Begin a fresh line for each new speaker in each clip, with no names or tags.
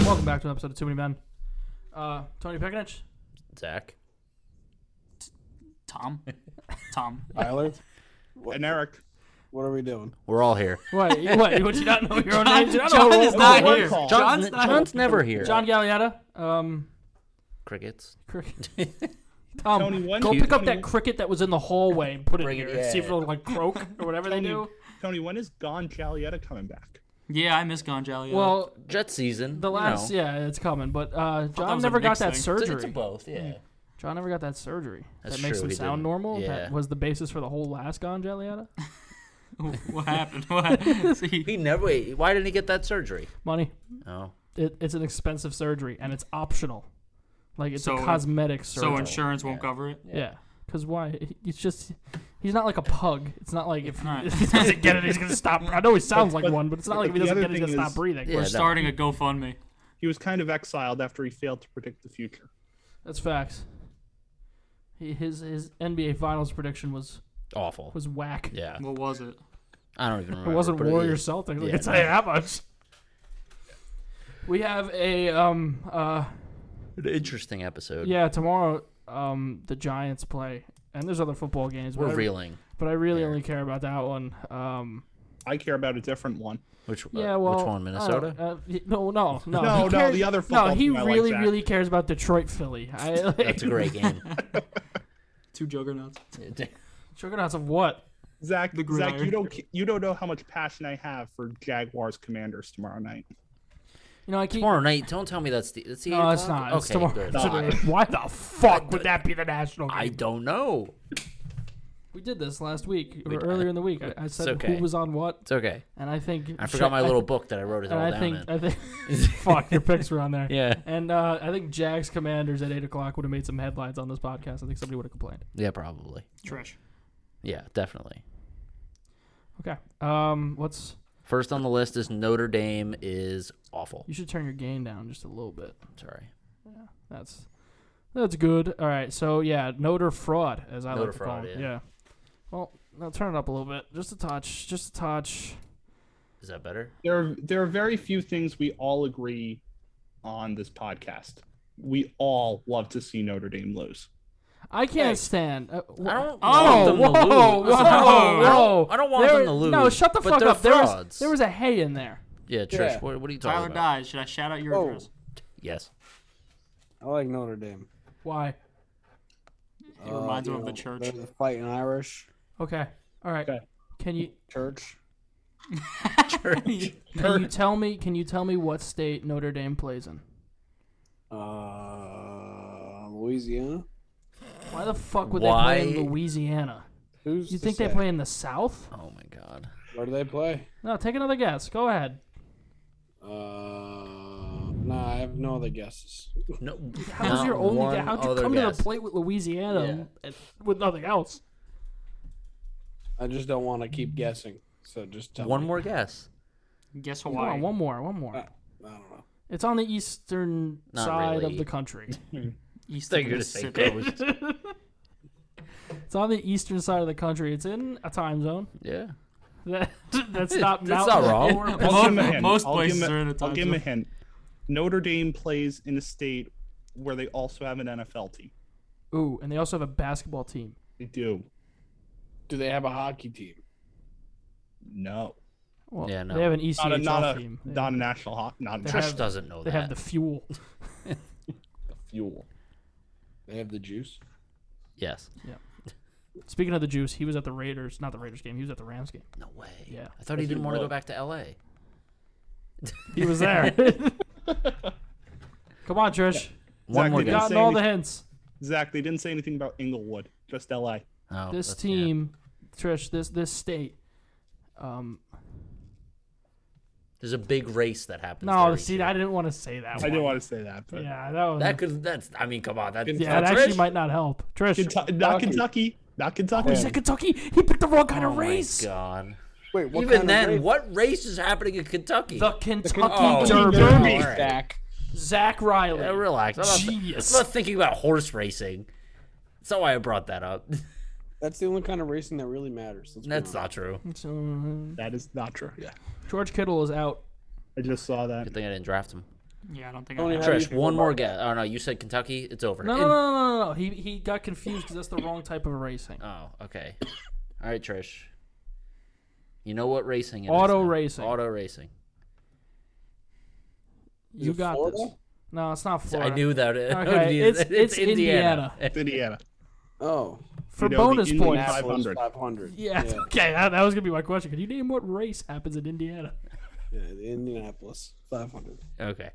episode of Too Many Men. Uh, Tony Pekinich,
Zach.
Tom. Tom.
Island.
And Eric.
What are we doing?
We're all here.
what? What? What? You not know your own name? You not know
John
who-
is
who-
not
who-
here.
John's,
John's,
not
John's never here.
John Gallietta. Um,
Crickets.
cricket. Tom,
Tony, one-
go
Cute.
pick up
Tony-
that cricket that was in the hallway and put it
Bring
in
it-
here. and See if
yeah.
it'll like croak or whatever they
Tony,
do.
Tony, when is Gone Jalietta coming back?
Yeah, I miss Gonjalia.
Well,
Jet season.
the
you
last
know.
yeah, it's coming. But uh,
that
John
was a
never got
mixed
that
thing.
surgery. Hmm.
It's, it's a both, yeah.
John never got that surgery.
That's
that makes
true,
him
he
sound
didn't.
normal.
Yeah.
That was the basis for the whole last Gone Jalietta.
what happened? What? See,
He never. Wait, why didn't he get that surgery?
Money.
Oh,
It, it's an expensive surgery and it's optional. Like it's
So-
a cosmetic surgery.
so insurance won't cover it.
yeah. Because why? It's just he's not like a pug. It's not like if
Right.
he doesn't get it, he's gonna stop. I know he sounds like
but-
one, but it's not
but
like if he
the
doesn't
other
get it, he's gonna
thing
stop
is-
breathing.
Yeah,
We're
no.
starting a GoFundMe.
He was kind of exiled after he failed to predict the future.
That's facts. He, his his NBA Finals prediction was
awful.
was whack.
Yeah,
What was it?
I don't even remember.
It wasn't
but
Warriors
is-
Celtics. I
yeah,
can tell
no.
you that much. We have a um uh
An interesting episode.
yeah tomorrow um the Giants play and there's other football games.
we're
but I-
reeling.
but I really only care about that one. Um,
I care about a different one.
Which uh,
yeah, well,
which one?
I don't-
Minnesota.
uh, y- no, no, no,
No,
He
no, the other
No,
football
he
team I like,
really,
Zach.
really cares about Detroit, Philly. I, like,
That's a great game.
Two juggernauts.
Juggernauts of what?
Zach,
The
Zach,
gridiron.
you don't you don't know how much passion I have for Jaguars Commanders tomorrow night.
You know, I keep.
Tomorrow night. Don't tell me that's the. That's the
No,
eight
it's
o'clock?
not.
Okay,
it's tomorrow.
good.
It's tomorrow. Why the fuck would that be the national game?
I don't know.
we did this last week or
We-
earlier in the week. I, I said
okay.
who was on what,
It's okay.
and I think
I forgot my
I-
little book that I wrote it
And
all
I
down
think
in.
I think fuck your picks were on there.
yeah.
And uh, I think Jags Commanders at eight o'clock would have made some headlines on this podcast. I think somebody would have complained.
Yeah, probably.
Trash.
Yeah, definitely.
Okay. Um, what's
First on the list is Notre Dame is awful.
You should turn your gain down just a little bit.
Sorry.
That's that's good. All right, so yeah, Notre fraud, as I
Notre
like to
fraud,
call it.
yeah.
Yeah. Well, now turn it up a little bit, just a touch, just a touch.
Is that better?
There are, there are very few things we all agree on this podcast. We all love to see Notre Dame lose.
I can't stand. Uh, wh-
I don't
Oh,
want them to
whoa,
lose.
whoa,
I
whoa.
I don't want
There-
them to lose.
No, shut the
but
fuck
they're
up. There was,
frauds.
there was a hay in there.
Yeah, Trish,
Yeah.
What, what are you talking
Tyler
about?
dies. Should I shout out your
Oh.
address?
Yes.
I like Notre Dame. Uh,
Why?
It reminds
you
him of the
know,
church.
There's a fight in Irish
Okay. All right.
Okay.
Can you
church.
Church.
can you tell me can you tell me what state Notre Dame plays in?
Uh, Louisiana.
Why the fuck would they play
Why-
in Louisiana?
Who's
You
to
think they
say?
play in the South?
oh my God.
Where do they play?
No, take another guess. Go ahead.
Uh, nah, I have no other guesses.
No.
How was
not
your only?
one
guess? How'd you
other
come
guess.
to the plate with Louisiana and with nothing else?
I just don't want to keep guessing. So just tell
One
me.
more guess.
Guess
Come
Hawaii.
on, one more, one more.
Uh,
I don't know.
It's on the eastern
Not
side
really.
of the country.
East
Thought
of
you were gonna say
Mississippi.
ghost.
It's on the eastern side of the country. It's in a time zone.
Yeah.
That, that's not
That's not
mountain or
wrong.
Most-
I'll give him a hint.
most
I'll
places
give him a-
are in a
I'll
time
give him a
zone.
hint. Notre Dame plays in a state where they also have an NFL team.
Ooh, and they also have a basketball team.
They do.
Do they have a hockey team?
No.
Well,
Yeah, no.
they have an ECHL
Not a not a
team. They-
not a national ho- not a
They
Trish
national
have-
doesn't know
they
that.
have the fuel.
fuel.
They have the juice.
yes.
Speaking of the juice, he was at the Raiders, not the Raiders game. He was at the Rams game.
No way.
Yeah.
I thought he didn't want to go back to LA.
He was there. Come on, Trish.
One more
Zach, did
You've
guess.
not-
gotten all the hints.
Zach, they didn't say anything about Inglewood, just LA.
Oh,
this
that's- yeah.
team, Trish, this this state. Um,
There's a big race that happens.
no,
there each
see,
year.
I didn't want to say that.
I
one.
didn't want to say that, but
Yeah, that was.
That could. That's. I mean, come on. That.
yeah, it
that's
actually
Trish.
might not help. Trish,
Kentu- not Kentucky, not Kentucky.
is it Kentucky? He picked the wrong kind
Oh
of
my
race.
God.
Wait, what
Even
kind
then,
of race?
what race is happening in Kentucky?
The Kentucky
Kentucky
Derby.
Derby.
Oh,
Alright.
Zach.
Zach Riley.
Yeah, relax. I'm not,
Jeez.
I'm not thinking about horse racing. That's not why I brought that up.
That's the only kind of racing that really matters. Let's be
That's
honest.
not true.
So,
That is not true. Yeah,
George Kittle is out.
I just saw that.
Good thing I didn't draft him.
Yeah, I don't think I
Tony,
have.
how do you
Trish,
feel
one more
about-
guess. Oh no, you said Kentucky. It's over.
No,
In-
no, no, no, no, no. He he got confused because that's the wrong type of racing.
Oh, okay. All right, Trish. You know what racing it is
Auto
now.
racing.
Auto racing.
you
it
got
Florida?
this. No, it's not
So
Florida.
I knew that. It
Okay,
would be-
it's- it's
It's Indiana.
Oh,
For
You know, the
bonus
Indian
points.
Five
Indianapolis
hundred.
500.
Yeah. Okay, that, that was gonna be my question. Can you name what race happens in Indiana?
yeah, the Indianapolis 500.
Okay.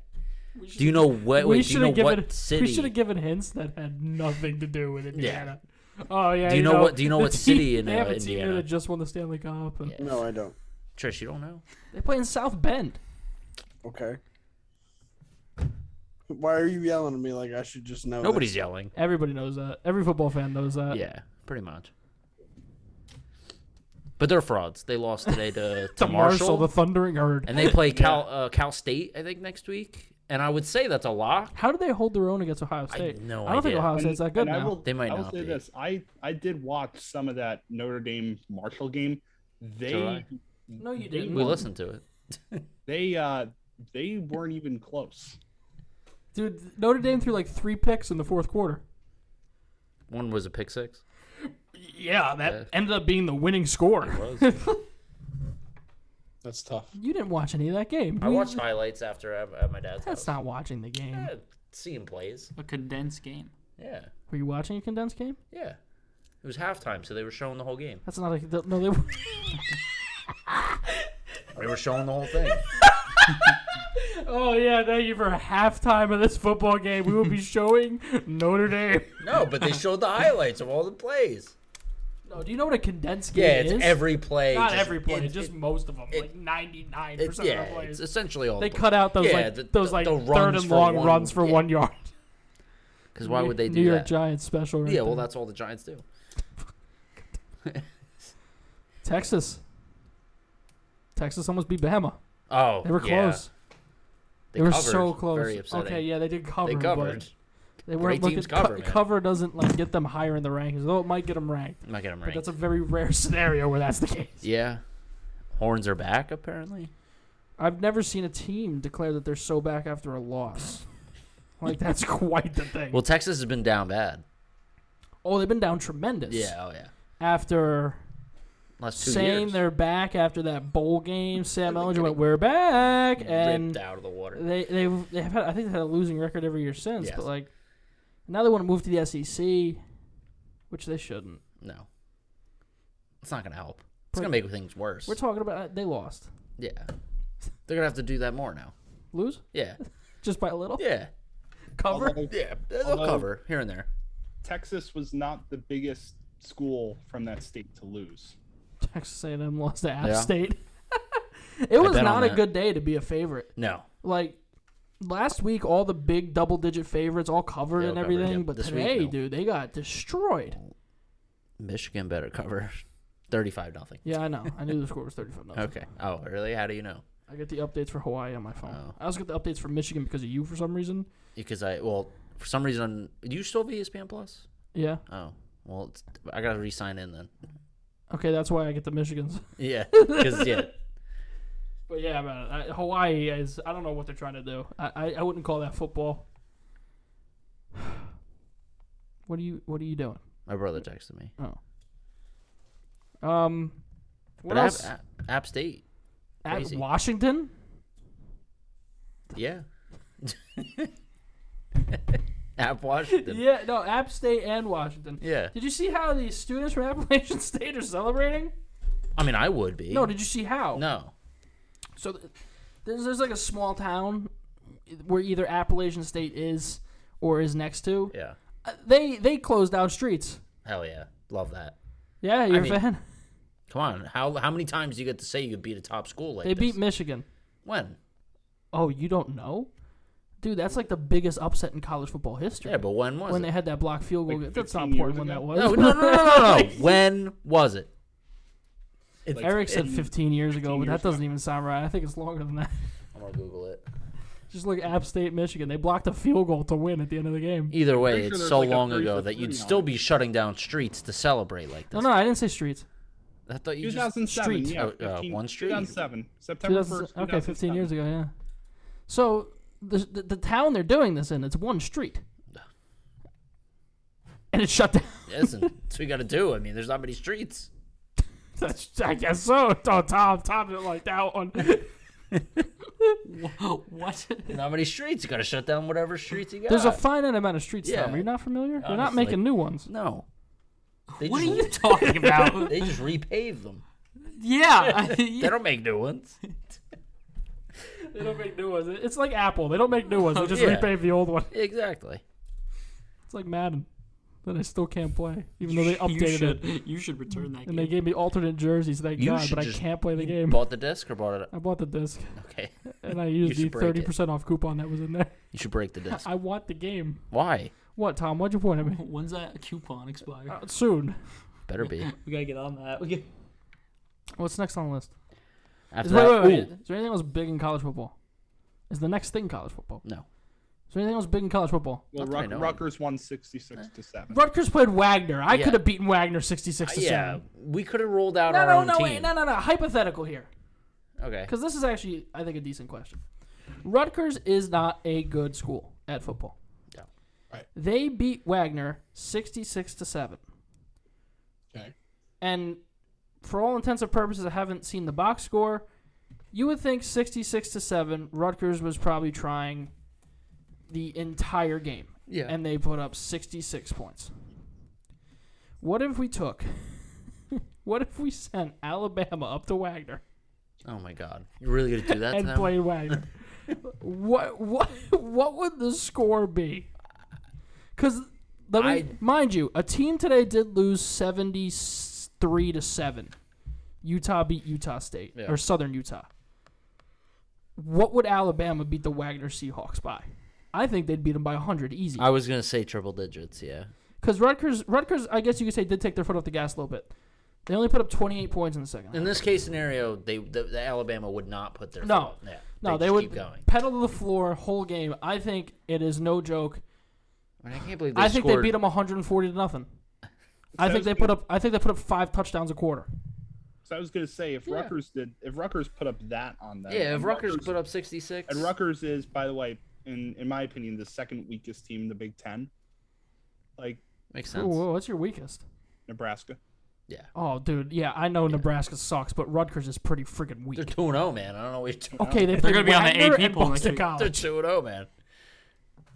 Do you know what?
we
Wait, do you
should
know
have given
what city?
we should have given hints that had nothing to do with Indiana. Oh yeah.
Do you know what- do you know
the
what
team-
city in,
they have
uh,
a team here
Indiana?
that just won the Stanley Cup? and-
Yeah.
No, I don't.
Trish, you don't know.
They play in South Bend.
Okay. Why are you yelling at me like I should just know? this?
Nobody's yelling.
Everybody knows that. Every football fan knows that.
Yeah, pretty much. But they're frauds. They lost today to, to
To Marshall,
Marshall,
the Thundering Herd.
and they play Cal uh, Cal State, I think, next week. And I would say that's a lock.
How do they hold their own against Ohio State?
no
I don't think
idea.
Ohio
And-
State's that good
and I
now.
will,
They might
I will
not
say
be.
this. I, I did watch some of that Notre Dame Marshall game.
So
They
I-
no, you
they
didn't.
We listened to it.
they uh they weren't even close.
Dude, Notre Dame threw like three picks in the fourth quarter.
One was a pick six.
Yeah, that
Yeah.
ended up being the winning score.
That's tough.
You didn't watch any of that game.
I
We-
watched highlights after at, at my dad's
That's
house.
not watching the game.
Yeah, seeing plays.
A condensed game.
Yeah,
Were you watching a condensed game?
yeah. It was halftime, so they were showing the whole game.
That's not a th- no. They were.
They were showing the whole thing.
oh yeah, thank you for halftime of this football game. We will be showing Notre Dame.
no, but they showed the highlights of all the plays.
No, do you know what a condensed game
Yeah, it's
is?
every play.
Not
just-
every play,
it-
just
it-
most of them,
it-
like ninety nine
it's,
percent
yeah,
of the
it's
plays.
essentially all
they
the
cut out those
yeah,
like
the-
those
the-
like
the
third
runs
and
for
long
one-
runs for
yeah.
one yard.
Because why would they
New
do
York
that?
Giants special? Right
yeah, well,
there.
that's all the Giants do.
Texas. Texas almost beat Bama.
Oh,
They were
yeah.
close.
They,
were
covered.
so close.
Very upsetting.
Okay, yeah, they did cover.
they
but
covered.
They weren't looking.
Great teams
co-
cover, man.
cover doesn't like get them higher in the rankings, though it might get them ranked.
I'm not getting
But
right.
that's a very rare scenario where that's the case.
Yeah, horns are back apparently.
I've never seen a team declare that they're so back after a loss. Like that's quite the thing.
Well, Texas has been down bad.
oh, they've been down tremendous.
Yeah, oh yeah.
After
Last two
saying
years,
they're back after that bowl game, Sam
They're
Ellinger
getting
went, "We're back,"
ripped
and
out of the water.
they they they have had I think they had a losing record every year since.
Yes.
But like now they want to move to the SEC, which they shouldn't.
No, it's not gonna help. It's
But-
gonna make things worse.
We're talking about uh, they lost,
yeah, they're gonna have to do that more now.
lose
Yeah,
just by a little
yeah,
cover.
Although
yeah. They'll
Although-
cover here and there.
Texas was not the biggest school from that state to lose.
Texas A&M lost to App
Yeah.
State. it was
bet on
not a
that.
good day to be a favorite.
No,
Like last week, all the big double-digit favorites all covered
They all
and
covered,
everything,
yep.
but
This week,
today,
no.
dude, they got destroyed.
Michigan better cover. Thirty-five nothing.
Yeah, I know. I knew the score was thirty-five. nothing.
Okay. Oh, really? How do you know?
I get the updates for Hawaii on my phone.
Oh.
I also get the updates for Michigan because of you for some reason.
Because I well, for some reason, do you still have E ESPN Plus?
Yeah.
Oh, well, it's, I gotta re-sign in then.
Okay, that's why I get the Michigans.
Yeah, because yeah,
But yeah, man, I, Hawaii is. I don't know what they're trying to do. I, I, I wouldn't call that football. What are you What are you doing?
my brother texted me.
Um, what
But App,
else?
App, App State,
At
crazy.
Washington.
yeah. App Washington, yeah.
Yeah, no, App State and Washington. Did you see how the students from Appalachian State are celebrating?
I mean, I would be.
No, did you see how?
no.
So th- there's, there's like a small town e, where either Appalachian State is or is next to.
Yeah,
Uh, They they closed down streets.
hell yeah, love that.
Yeah, you're a
mean,
fan.
Come on, how how many times do you get to say you beat a top school like
They beat
this?
Michigan.
when?
Oh, you don't know? Dude, that's like the biggest upset in college football history.
Yeah, but when was
when
it?
they had that block field goal. that's not
15
important
years
when that
ago?
was.
no, no, no, no, no, no. when was it? It's,
Eric said 15 years ago,
15
but that
years
doesn't even sound right. I think it's longer than that.
I'm gonna Google it.
Just look at App State, Michigan. They blocked a field goal to win at the end of the game.
Either way,
Pretty sure
it's
there's
so
like a
long
three
ago
for
that you'd
three on
still
it.
be shutting down streets to celebrate like
No,
this.
no, I didn't say streets.
I thought you just
2007,
street.
yeah,
Oh, uh,
15
one street.
2007, September 1st.
2000 okay, 15 years ago, yeah. So the, the the town they're doing this in. It's one street, and it's shut down.
Listen, that's what we got to do. I mean, there's not many streets.
That's, I guess so. Tom, Tom, Tom didn't like that one.
Whoa, what?
Not many streets. You got to shut down whatever streets you got.
There's a finite amount of streets,
Yeah.
Tom. Are you not familiar? They're not
Honestly.
making new ones.
no. They
What are
just,
you talking about?
They just repave them.
yeah. I-
They don't make new ones.
They don't make new ones. It's like Apple. They don't make new ones. They just
Yeah.
repave the old one.
Exactly.
It's like Madden that I still can't play, even though they
you
updated it.
should, you should return that
And they
game.
gave me alternate jerseys, thank
You
God,
should
but I
just-
can't play the game.
Bought the disc or bought it?
I bought the disc,
Okay.
and I used
should
the
break it.
30% off coupon that was in there.
You should break the disc.
I want the game.
Why?
What, Tom? Why'd you point at me?
When's that coupon expire?
Uh, soon.
Better be.
we gotta get on that. We get-
What's next on the list?
After
Is, wait, wait,
that,
wait.
Ooh,
Is there anything else big in college football? Is the next thing college football?
No.
Is there anything else big in college football?
Well,
Not that I
Ruck,
know of.
Rutgers won 66 to 7.
Rutgers played Wagner. I
Yeah. Uh,
could have beaten Wagner 66 to
yeah,
7.
we could have rolled out
No,
our
no,
own
no,
team.
wait. No, no, no. Hypothetical here.
Okay.
Because this is actually, I think, a decent question. Rutgers is not a good school at football.
No.
Right.
They beat Wagner 66 to 7.
Okay.
And for all intents and purposes, I haven't seen the box score. You would think 66 to 7, Rutgers was probably trying the entire game.
Yeah.
And they put up 66 points. What if we took. what if we sent Alabama up to Wagner?
Oh my God. You're really gonna do that to
and
them?
played Wagner. what what what would the score be? Because let me
I-
mind you, a team today did lose seventy three to seven. Utah beat Utah State
Yeah.
or Southern Utah. What would Alabama beat the Wagner Seahawks by? I think they'd beat them by hundred easy.
I was gonna say triple digits. Yeah.
Because Rutgers, Rutgers, I guess you could say did take their foot off the gas a little bit. They only put up twenty eight points in the second. half.
In this case scenario, they the, the Alabama would not put their
No.
foot- Yeah,
No, they,
just
would
keep going.
pedal to the floor whole game. I think it is no joke.
I, mean, I can't believe they
I think they
scored-
beat them 140 to nothing. I think
Sounds
they put up. I think they put up five touchdowns a quarter.
So I was going to say, if Rutgers did, if Rutgers put up that on them.
Yeah, if
and
Rutgers put up 66,
And Rutgers is, by the way, in in my opinion, the second weakest team in the Big Ten. Like
makes sense.
Ooh, whoa, what's your weakest?
Nebraska.
Yeah,
Oh, dude, yeah, I know Nebraska sucks, but Rutgers is pretty freaking weak.
they're two and zero, man. I don't know what you're doing.
Okay, they
They're
going to
gonna be on the AP
and
poll next
Boston
week.
They're
College.
two and zero, man.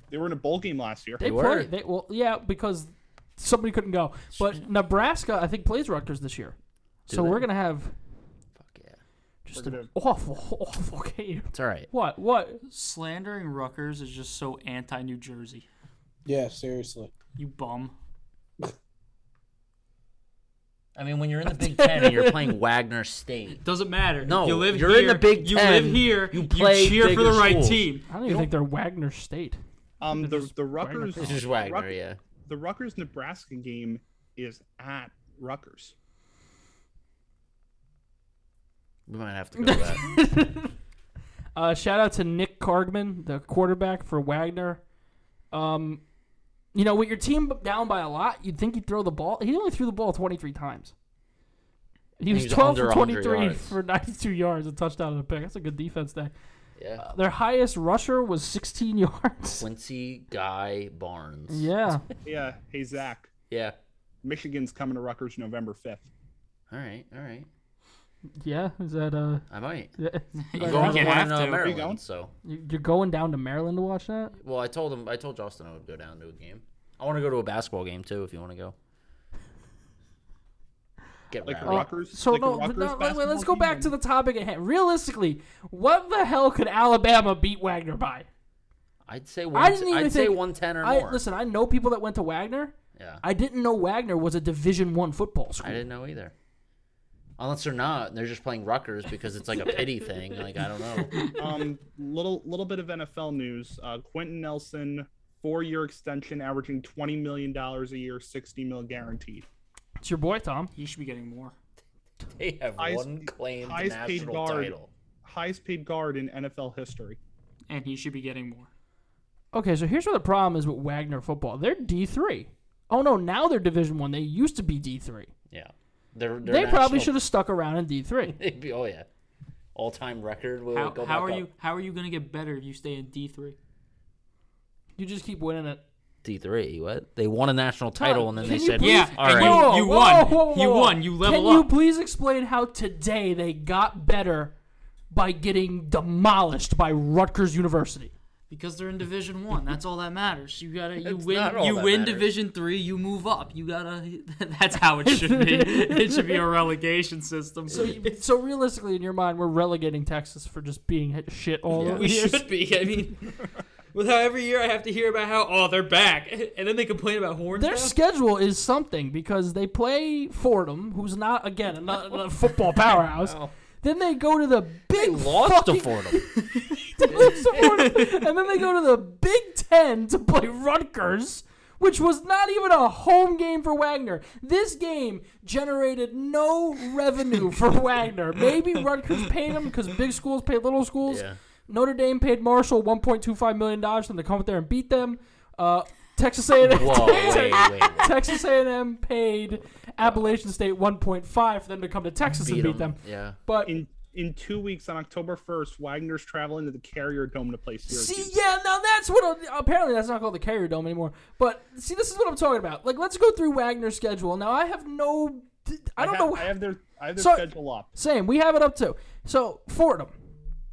They were in a bowl game last year.
They
were.
play. They, well, yeah, because somebody couldn't go. But Nebraska, I think, plays Rutgers this year, so
they?
we're gonna have
Fuck yeah,
just
We're
an awful, awful game.
it's all right.
What? What?
Slandering Rutgers is just so anti New Jersey.
Yeah, seriously.
You bum.
I mean, when you're in the Big Ten and you're playing Wagner State,
Doesn't matter.
No,
you live
you're in
here,
the Big
You
Ten,
live here.
you
You,
play
cheer for
bigger
the right
schools.
team.
I don't even think they're Wagner State.
Um,
They're
the
just
the Rutgers
it's just
the
Wagner.
Ruck-
yeah,
the Rutgers Nebraska game is at Rutgers.
we might have to go to that.
Uh, shout out to Nick Cargman, the quarterback for Wagner. Um, you know, with your team down by a lot, you'd think he'd throw the ball. He only threw the ball 23 times. He was
was
12 for
under 100
23
yards.
for 92 yards, a touchdown and a pick. That's a good defense day.
Yeah,
Uh, their highest rusher was 16 yards.
Quincy Guy Barnes.
Yeah.
Yeah. Hey Zach,
yeah.
Michigan's coming to Rutgers November fifth.
All right, all right.
Yeah. Is that, uh,
I might.
yeah.
You
I'm
Right.
going
you
to one
have
and zero
to.
you going?
Maryland. So,
you- you're going down to Maryland to watch that?
well, I told him. I told Justin I would go down to a game. I want to go to a basketball game too. If you want to go, get
Like
rowdy.
the Rutgers.
So
like the
no,
Rutgers
no, wait, wait, let's
basketball
go
team
back
and-
to the topic at hand. Realistically, what the hell could Alabama beat Wagner by?
I'd say
I
one.
didn't even
I'd
think,
say one ten or
I,
more.
Listen, I know people that went to Wagner.
yeah,
I didn't know Wagner was a Division One football
I
school.
didn't know either. Unless they're not, and they're just playing Rutgers because it's like a pity thing. Like I don't know.
um, little little bit of NFL news. Uh, Quentin Nelson, four year extension, averaging twenty million dollars a year, sixty mil guaranteed.
It's your boy Tom.
You should be getting more.
They have
Highest-
one claimed
highest paid
national
guard.
title.
Highest paid guard in NFL history.
And he should be getting more.
Okay, so here's where the problem is with Wagner football. They're D three. Oh no, now they're Division One. They used to be D three.
Yeah, they're, they're
They probably
national-
should have stuck around in D three.
They'd be- Oh yeah, all time record. Will it
How,
go
how
back
are
up?
you how are you gonna get better if you stay in D three?
You just keep winning it.
D three? What they won a national title and then
Can
they
you
said,
please-
Yeah,
all
and
right."
you- won. You won. You level
Can you
up.
please explain how today they got better by getting demolished by Rutgers University?
Because they're in Division One. That's all that matters. You gotta you
It's not
win
all
you
that
win
matters.
Division Three. You move up. You gotta. That's how it should be. it should be a relegation system.
So, you, so realistically, in your mind, we're relegating Texas for just being hit shit all
Yeah.
over.
we should be. I mean, with how every year I have to hear about how oh they're back, and then they complain about horns.
Their schedule is something because they play Fordham, who's not again another, another football powerhouse. Then they go to the
They
big
lost to
fucking-
Fordham.
they lose to Fordham, and then they go to the Big Ten to play Rutgers, which was not even a home game for Wagner. This game generated no revenue for Wagner. Maybe Rutgers paid them because big schools pay little schools.
Yeah.
Notre Dame paid Marshall one point two five million dollars for them to come up there and beat them. Uh, Texas A&M,
Whoa, wait, wait, wait.
Texas A&M paid Appalachian State one point five for them to come to Texas
Beat
and
'em.
beat them.
Yeah.
But
In in two weeks on October first, Wagner's traveling to the Carrier Dome to play Syracuse.
See, yeah, now that's what. Apparently, that's not called the Carrier Dome anymore. But see, this is what I'm talking about. Like, let's go through Wagner's schedule. Now, I have no. I don't
have,
know.
I have their I have their
So-
schedule up.
Same. We have it up too. So Fordham,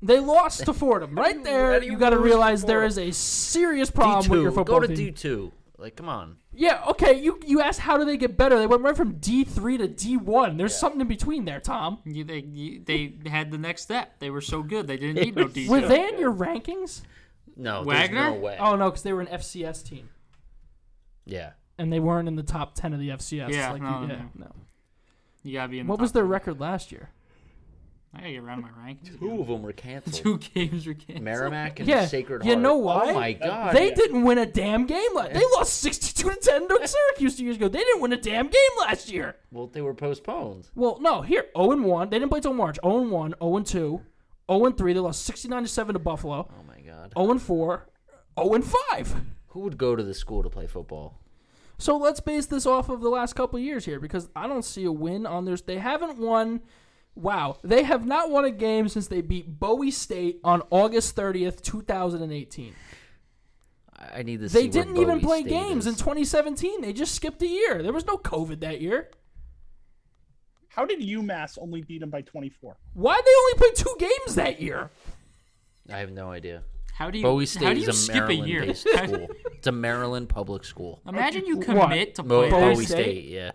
they lost to Fordham. Right there,
do
you,
you
got to
lose to
realize there
Fordham?
is a serious
D
problem with Um, your
two.
football
Go to
team.
D two. Like, come on.
yeah. Okay. You you asked how do they get better? They went right from D three to D one. There's something in between there, Tom.
You, they, you, they had the next step. They were so good. They didn't need no D.
Were they in your rankings?
No,
Wagner?
there's no way.
Oh no, because they were an FCS team.
Yeah.
And they weren't in the top ten of the FCS.
Yeah,
like,
no,
yeah,
no,
no.
You gotta be in. The
What
top
was their
three.
record last year?
I gotta get around my rankings.
Two of them were canceled.
Two games were canceled.
Merrimack and
Yeah,
Sacred
you
Heart.
know why?
Oh my god.
They didn't win a damn game. Last. They lost sixty-two to ten to Syracuse two years ago. They didn't win a damn game last year.
Well, they were postponed.
Well, no, here zero and one. They didn't play till March. Zero and one, zero and two, zero and three. They lost sixty-nine to seven to Buffalo.
Oh my god.
Zero and four, zero and five.
Who would go to the school to play football?
So let's base this off of the last couple of years here because I don't see a win on their. They haven't won. Wow, they have not won a game since they beat Bowie State on August thirtieth, two thousand and eighteen.
I I need to
They
see
didn't
where
even
Bowie
play
State
games in
is.
2017. They just skipped a year. There was no COVID that year.
How did UMass only beat them by 24?
Why they only play two games that year?
I have no idea.
How do you?
Bowie
how
State
do you
is a
skip a year?
Maryland-based school. It's a Maryland public school.
Imagine you
What?
commit to
Bo-
play.
Bowie
Bowie
State?
State? yeah.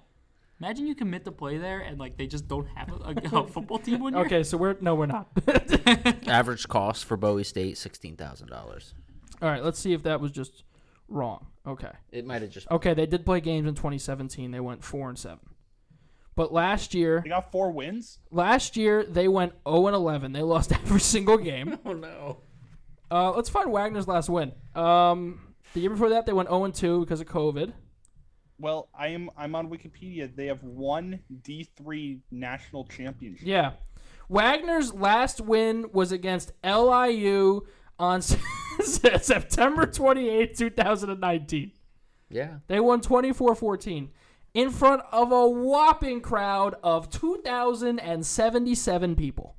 Imagine you commit to play there, and like they just don't have a, a, a football team one year.
Okay, so we're no, we're not.
Average cost for Bowie State sixteen thousand dollars.
All right, let's see if that was just wrong. Okay,
It might have just.
okay, they did play games in 2017. They went four and seven, but last year,
They got four wins.
last year they went 0 and 11. They lost every single game.
Oh no.
Uh, let's find Wagner's last win. Um, the year before that they went 0 and 2 because of COVID.
Well, I am I'm on Wikipedia. They have one D3 national championship.
Yeah. Wagner's last win was against LIU on September twenty eighth, 2019.
Yeah.
They won 24 14 in front of a whopping crowd of 2,077 people.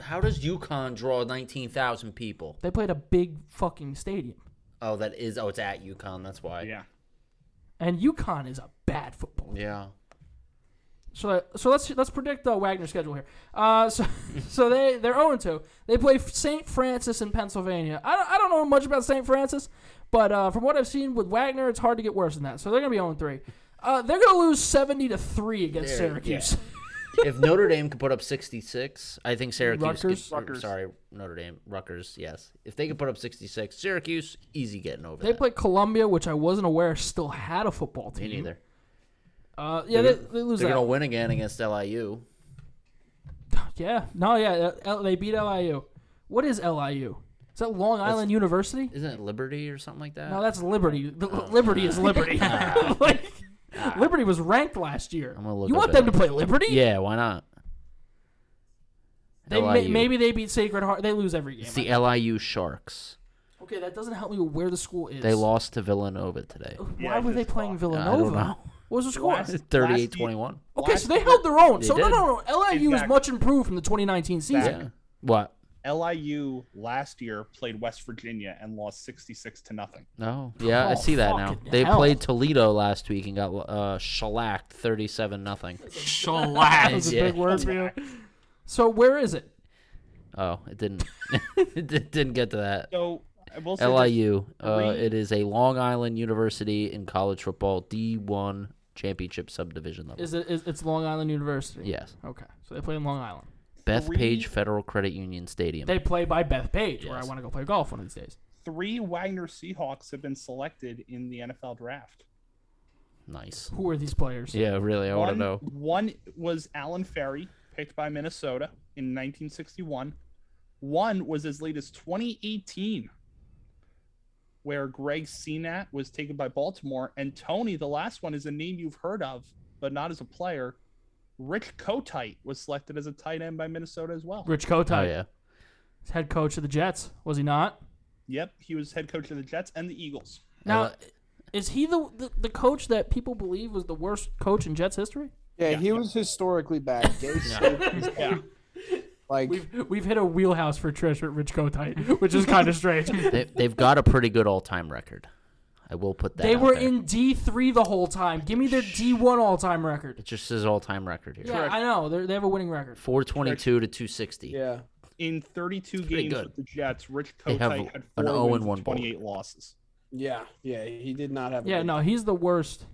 How does UConn draw nineteen thousand people?
They played a big fucking stadium.
Oh, that is. Oh, it's at UConn. That's why.
Yeah.
And UConn is a bad football. team.
Yeah.
So, so let's let's predict uh, Wagner's schedule here. Uh, so, so they they're zero two. They play St. Francis in Pennsylvania. I don't, I don't know much about St. Francis, but uh, from what I've seen with Wagner, it's hard to get worse than that. So they're gonna be zero three. Uh, they're gonna lose seventy to three against
There,
Syracuse.
if Notre Dame could put up 66, I think Syracuse.
Rutgers?
could-
Rutgers.
Sorry, Notre Dame. Rutgers, yes. If they could put up 66, Syracuse, easy getting over
They
that.
play Columbia, which I wasn't aware still had a football
Me
team.
neither.
Uh, yeah, they, they lose
They're
that.
going to win again against LIU.
Yeah, no, yeah, uh, L- they beat LIU. What is LIU? Is that Long Island University?
Isn't it Liberty or something like that?
No, that's Liberty. The- Liberty is Liberty. like, Liberty was ranked last year.
I'm gonna look
you
up
want them
LIU.
to play Liberty?
yeah, why not?
They may,
LIU.
maybe they beat Sacred Heart. They lose every game.
It's the LIU Sharks.
okay, that doesn't help me with where the school is.
They lost to Villanova today.
Why
Yeah, I
were they
just
playing
I
Villanova?
don't know.
What was the score?
Last-
38 21.
okay, so they
last-
held their own.
They
so no,
did.
no, no. LIU is
Exactly.
much improved from the 2019 season.
Back.
Yeah. What?
LIU last year played West Virginia and lost 66 to nothing.
No. Yeah, I
Oh,
see that now.
fucking
They
hell.
played Toledo last week and got uh, shellacked 37 nothing.
That
Shellac.
was a
Yeah.
big word for you. So where is it?
Oh, it didn't. it di- didn't get to that.
So I will say this-
LIU. Uh,
three-
it is a Long Island University in college football D1 championship subdivision level.
Is it? Is, it's Long Island University.
yes.
Okay, so they play in Long Island.
Beth
three-
Page Federal Credit Union Stadium.
They play by Beth Page, where I
Yes.
want to go play golf one of these days.
three Wagner Seahawks have been selected in the NFL draft.
nice.
Who are these players?
Yeah, really. I want to
One,
know.
one was Alan Ferry, picked by Minnesota in 1961. One was as late as 2018, where Greg Senat was taken by Baltimore. And Tony, the last one, is a name you've heard of, but not as a player. Rich Kotite was selected as a tight end by Minnesota as well.
Rich Kotite,
Oh, yeah.
head coach of the Jets, was he not?
Yep, he was head coach of the Jets and the Eagles.
Now,
L-
is he the, the the coach that people believe was the worst coach in Jets history?
Yeah,
Yeah.
he was historically bad. Gay Staples,
Yeah.
like
We've we've hit a wheelhouse for Trish with Rich Kotite, which is kind of strange.
they, they've got a pretty good all time record. I will put that.
They
out
were
there.
in D three the whole time. Give me their D one all time record.
It just says all time record here.
Yeah, I know. They're, they have a winning record.
422 to 260.
yeah.
In 32
pretty
games
good.
with the Jets, Rich
They
Kotite
have
had
an
four
0 and
wins and
one bowl.
28 losses.
Yeah, yeah, he did not have. a
Yeah,
good-
no, he's the worst.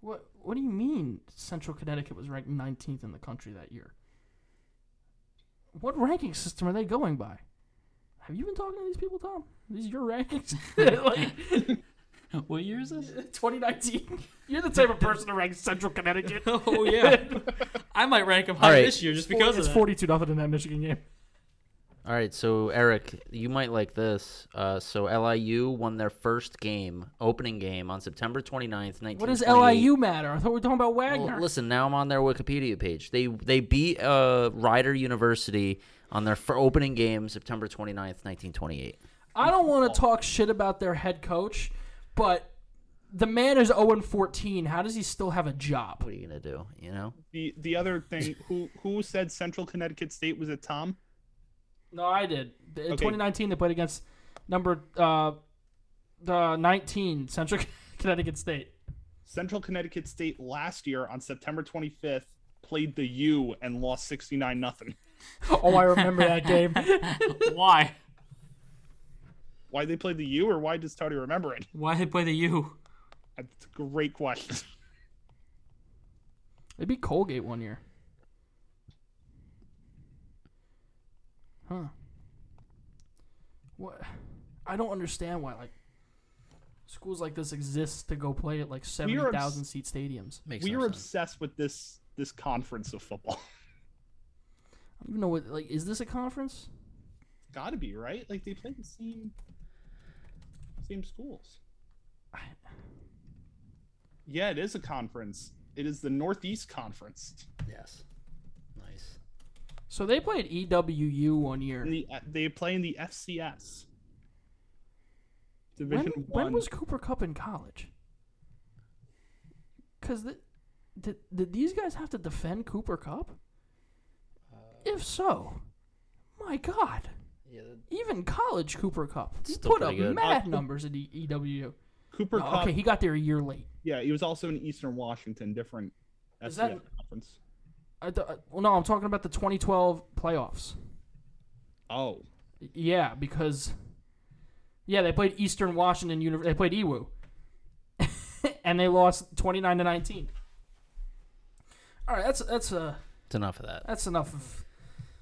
What What do you mean? Central Connecticut was ranked 19th in the country that year. What ranking system are they going by? Have you been talking to these people, Tom? These your rankings? like
what year is this?
2019? You're the type of person to rank Central Connecticut.
Oh yeah. I might rank him
All
high
right.
this year just because
it's
of that.
42 nothing in that Michigan game.
All right, so Eric, you might like this. Uh, so LIU won their first game, opening game on September 29th, 1928.
What does LIU matter? I thought we were talking about
Well,
Wagner.
listen, now I'm on their Wikipedia page. They they beat uh, Rider University on their fir- opening game, September 29th, 1928.
I don't want to talk shit about their head coach, but the man is 0 14. How does he still have a job?
What are you gonna do? You know,
The the other thing, who who said Central Connecticut State was it Tom?
No, I did. In
Okay.
2019, they played against number uh, the 19 Central Connecticut State.
Central Connecticut State last year on September 25th played the U and lost 69 nothing.
Oh, I remember that game.
Why?
Why they played the U or why does Tony remember it?
Why they play the U?
That's a great question.
They beat Colgate one year. Huh. What? I don't understand why like schools like this exist to go play at like
We are obs-
70,000 seat stadiums.
makes
We
no
are
sense.
obsessed with this this conference of football.
I don't even know what like is this a conference?
Got to be, right? Like they play the same same schools. Yeah, it is a conference. It is the Northeast Conference.
Yes, nice.
So they played EWU one year.
And the, uh, they play in the FCS.
When,
Division
when
One.
was Cooper Cup in college? Because the, did, did these guys have to defend Cooper Cup?
Uh,
if so, my God.
Yeah,
Even college Cooper Cup. He
Still
put up
pretty good.
mad numbers in E, the EWU.
Cooper
No,
Cup?
Oh, okay, he got there a year late.
Yeah, he was also in Eastern Washington, different
Is
FCS
that-
conference.
I th- uh, well, no, I'm talking about the 2012 playoffs.
Oh,
Yeah, because yeah, they played Eastern Washington University. They played EWU, and they lost 29 to 19. All right, that's that's uh
it's enough of that.
that's enough of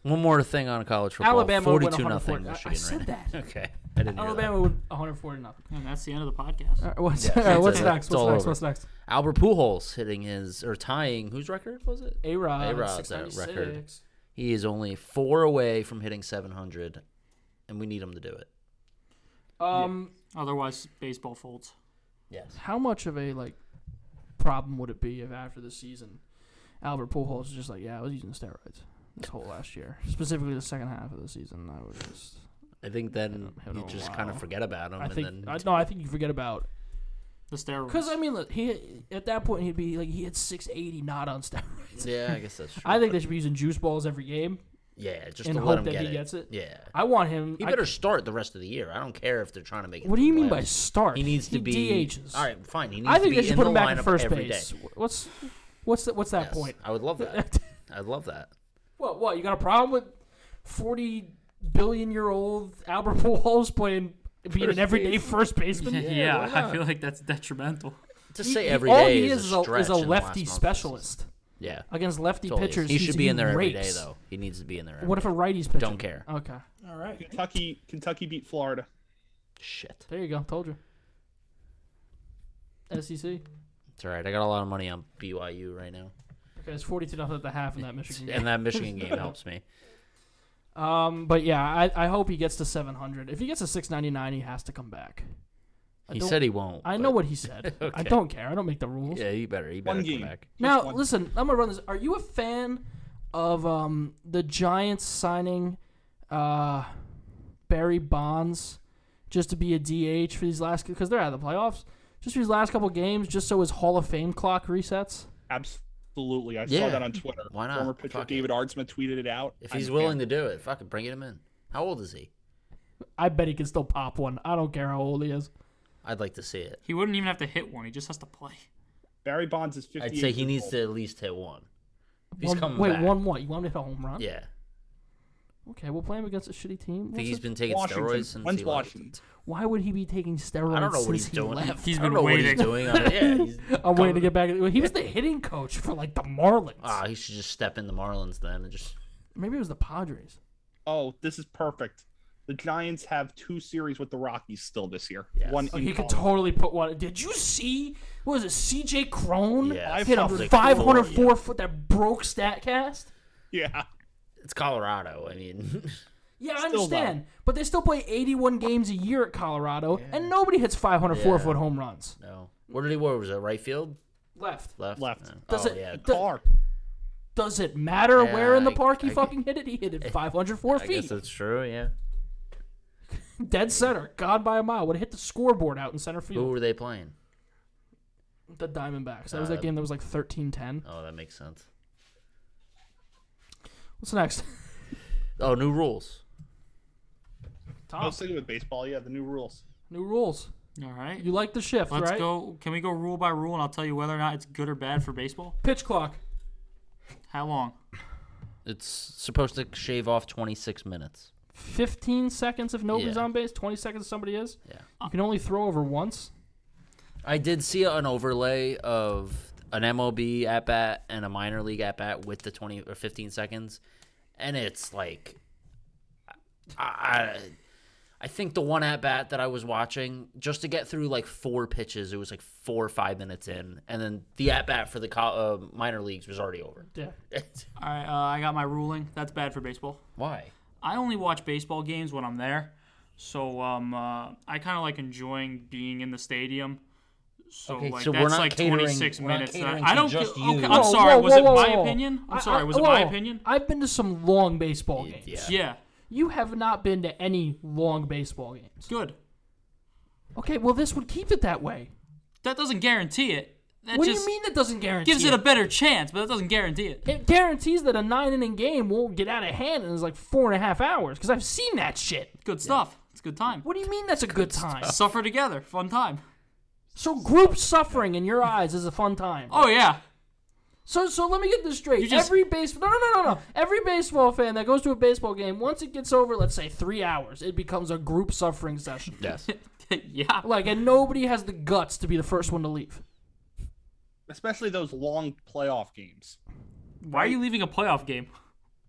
One more thing on college football.
Alabama would win
forty-two nothing.
140. I- I
Michigan
said
right
that.
Okay, I didn't hear that.
Alabama with 140 nothing.
And that's the end of the podcast.
All right, what's
Yeah,
all right,
it's
what's
a-
next?
it's
What's
all
next?
over.
What's next?
Albert Pujols hitting his or tying whose record was it?
A Rod.
A-Rod's at record. He is only four away from hitting 700, and we need him to do it.
Um,
Otherwise, baseball folds.
Yes.
how much of a like problem would it be if after the season, Albert Pujols is just like, yeah, I was using steroids this whole last year, specifically the second half of the season. I would just.
I think then
Hit him- hit
you
him a
just kind
while.
of forget about him,
I
and
think
then
I, no. I think you forget about
The steroids.
Because I mean, look, he at that point he'd be like he had 680 not on steroids.
Yeah, I guess that's true.
I think they should be using juice balls every game.
yeah, just
in
to
hope
let him
that
get
he
it.
gets it.
Yeah.
I want him.
He
I-
better start the rest of the year. I don't care if they're trying to make it.
what do
to
you
the
mean by
playoffs.
start?
He needs to be
DHs.
All right, fine. He needs
I think they
to be
should
in
put
the
him back at
lineup
first
every
base.
day.
What's what's the, what's that
Yes,
point?
I would love that. I'd love that.
What what you got a problem with forty billion year old Albert Pujols playing being an
First
everyday
base.
first baseman?
yeah,
why
I
not?
feel like that's detrimental.
To
He-
say
he-
every
all
day
he
is,
is
a
a,
stretch
is a
in the last
lefty
month of the
specialist
season. Yeah.
against lefty
totally is.
pitchers.
He
he's-
should be in there every day,
rakes.
though. He needs to be in there. Every
What if a righty's pitching?
Don't care.
Okay,
All right.
Kentucky, Kentucky beat Florida.
Shit.
there you go. Told you. E SEC.
It's all right. I got a lot of money on BYU right now,
Okay, it's forty-two nothing at the half in that Michigan game.
and that Michigan game helps me.
Um, but yeah, I, I hope he gets to 700. If he gets to 699, he has to come back. I
He
don't-
said he won't.
I
but-
know what he said. I
Okay.
don't care. I don't make the rules.
Yeah, you better. You
One
better
game.
come back.
now,
one.
listen, I'm gonna run this. Are you a fan of um the Giants signing uh Barry Bonds just to be a DH for these last because they're out of the playoffs? Just for these last couple games, just so his Hall of Fame clock resets.
Absolutely, I
Yeah.
saw that on Twitter.
Why not?
Former pitcher
Fuck it.
David Ardsma tweeted it out.
If he's willing to do it, fucking bring him in. How old is he?
I bet he can still pop one. I don't care how old he is.
I'd like to see it.
He wouldn't even have to hit one. He just has to play.
Barry Bonds is 58.
I'd say he
years
needs
old.
to at least hit one. If he's
One-
coming
wait,
back.
one what? You want him to hit a home run?
Yeah.
Okay, we'll play him against a shitty team.
I think
What's
he's
it-
been taking
Washington.
steroids since
When's
he left.
Washington?
Why would he be taking steroids?
I don't know what
since
he's
he
doing.
Left?
He's
I don't
been
know
waiting.
what he's doing. I mean, yeah, he's
I'm waiting to
coming-
get back. He was the hitting coach for like the Marlins.
Ah, he should just step in the Marlins then and just.
Maybe it was the Padres.
Oh, this is perfect. The Giants have two series with the Rockies still this year.
Yes.
One
Oh,
in
he could
Colorado.
totally put one. Did you see? What was it? C.J. Crone
Yeah,
hit a
something
504
cool,
foot that broke Statcast.
Yeah.
yeah. It's Colorado. I mean,
Yeah, I
Still low.
understand, but they still play 81 games a year at Colorado, and nobody hits 504 foot home runs.
no. Where did he? Where was it? Right field?
Left.
Left.
Left.
No.
Does
oh
it-
yeah.
does-
Car.
Does it matter
Yeah,
where in the
I-
park he
I-
fucking hit it? He hit it 504
I guess
feet.
that's true. Yeah.
Dead center. God by a mile. Would have hit the scoreboard out in center
Who
field.
were they playing?
The Diamondbacks. That was
Uh,
that game that was like 13 10.
Oh, that makes sense.
What's next?
Oh, new rules.
I
Tom,
was thinking with baseball, yeah, the new rules.
new rules.
All right.
You like the shift,
Let's
right?
go. Can we go rule by rule, and I'll tell you whether or not it's good or bad for baseball?
Pitch clock.
How long?
It's supposed to shave off 26 minutes.
15 seconds if nobody's
Yeah.
on base, 20 seconds if somebody is.
Yeah.
You can only throw over once.
I did see an overlay of an MOB at bat and a minor league at bat with the 20 or 15 seconds, and it's like, I, I, I think the one at bat that I was watching just to get through like four pitches, it was like four or five minutes in, and then the at bat for the co- uh, minor leagues was already over.
Yeah.
All right. Uh, I got my ruling. That's bad for baseball.
Why?
I only watch baseball games when I'm there, so um, uh, I kind of like enjoying being in the stadium. So
Okay,
like
so we're
that's
not
like
catering-
26
we're not
minutes.
catering
I
to
don't.
just
okay,
you.
I'm
Whoa,
sorry. was it
whoa,
my
whoa.
opinion? I'm
I-
sorry.
I-
Was it my
whoa.
opinion?
I've been to some long baseball games.
Yeah.
Yeah.
You have not been to any long baseball games.
Good.
Okay, well, this would keep it that way.
That doesn't guarantee it. That
what do
just
you mean that doesn't guarantee
gives it a better chance, but that doesn't guarantee it.
It guarantees that a nine inning game won't get out of hand in like four and a half hours because I've seen that shit.
Good stuff. It's a good time.
What do you mean that's a good time?
Suffer together. Fun time.
So group suffering in your eyes is a fun time.
Oh yeah.
So so let me get this straight.
You just-
Every baseball no no no no no. Every baseball fan that goes to a baseball game, once it gets over, let's say three hours, it becomes a group suffering session.
Yes.
yeah.
Like and nobody has the guts to be the first one to leave.
Especially those long playoff games.
Why are you leaving a playoff game?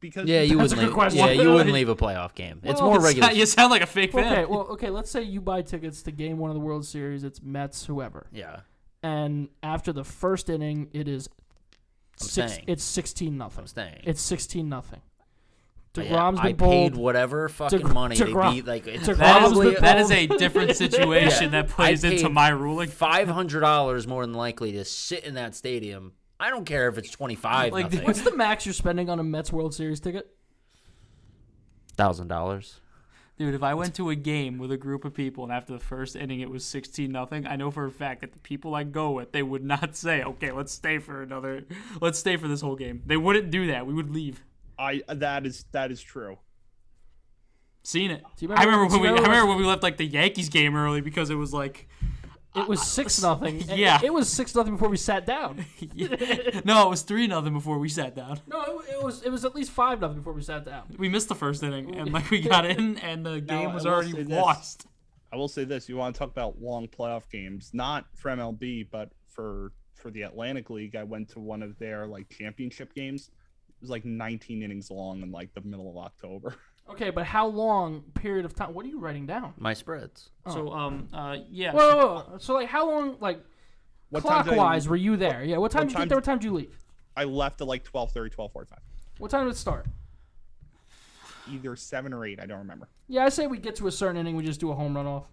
Because
Yeah, you
That's a
wouldn't.
good
Leave,
question.
Yeah, you wouldn't leave a playoff game. it's
Well,
more
it's
regular.
you sound like a fake fan.
Okay, well okay, let's say you buy tickets to game one of the World Series, it's Mets, whoever.
yeah,
And after the first inning it is six,
staying.
it's sixteen nothing.
I'm staying.
It's sixteen nothing.
But
DeGrom's
yeah,
been
I
pulled.
paid whatever fucking
DeGrom-
money
DeGrom-
they beat. Like it's
DeGrom-
that,
Probably- uh,
is,
probably
that is a different situation
Yeah.
that plays
I
into
paid-
my ruling.
five hundred dollars more than likely to sit in that stadium. I don't care if it's twenty five.
Like,
Like
What's the max you're spending on a Mets World Series ticket?
thousand dollars.
Dude, if I went to a game with a group of people and after the first inning it was 16 nothing, I know for a fact that the people I go with, they would not say, "Okay, let's stay for another let's stay for this whole game." They wouldn't do that. We would leave.
I that is that is true.
Seen it.
Do you
I
remember-
remember
do you
when we I
remember-
remember when we left like the Yankees game early because it was like
It
Uh,
was six nothing. It-
yeah.
it was six nothing before we sat down.
No, it was 3 nothing before we sat down.
No, it, it was it was at least five nothing before we sat down.
We missed the first inning and like we got in and the game
I
was
will
already
say this.
lost.
I will say this: you want to talk about long playoff games, not for MLB, but for for the Atlantic League. I went to one of their like championship games. It was like 19 innings long in like the middle of October.
Okay, but how long period of time? What are you writing down?
My spreads.
So um uh yeah.
Whoa, whoa, whoa. so like how long like
What time did I-
clockwise were you there? yeah, what time
what
did you get
time
there?
did-
What time did you leave?
I left at like 12:30, 12:45,
What time did it start?
either seven or eight. I don't remember.
Yeah, I say we get to a certain inning, we just do a home run off,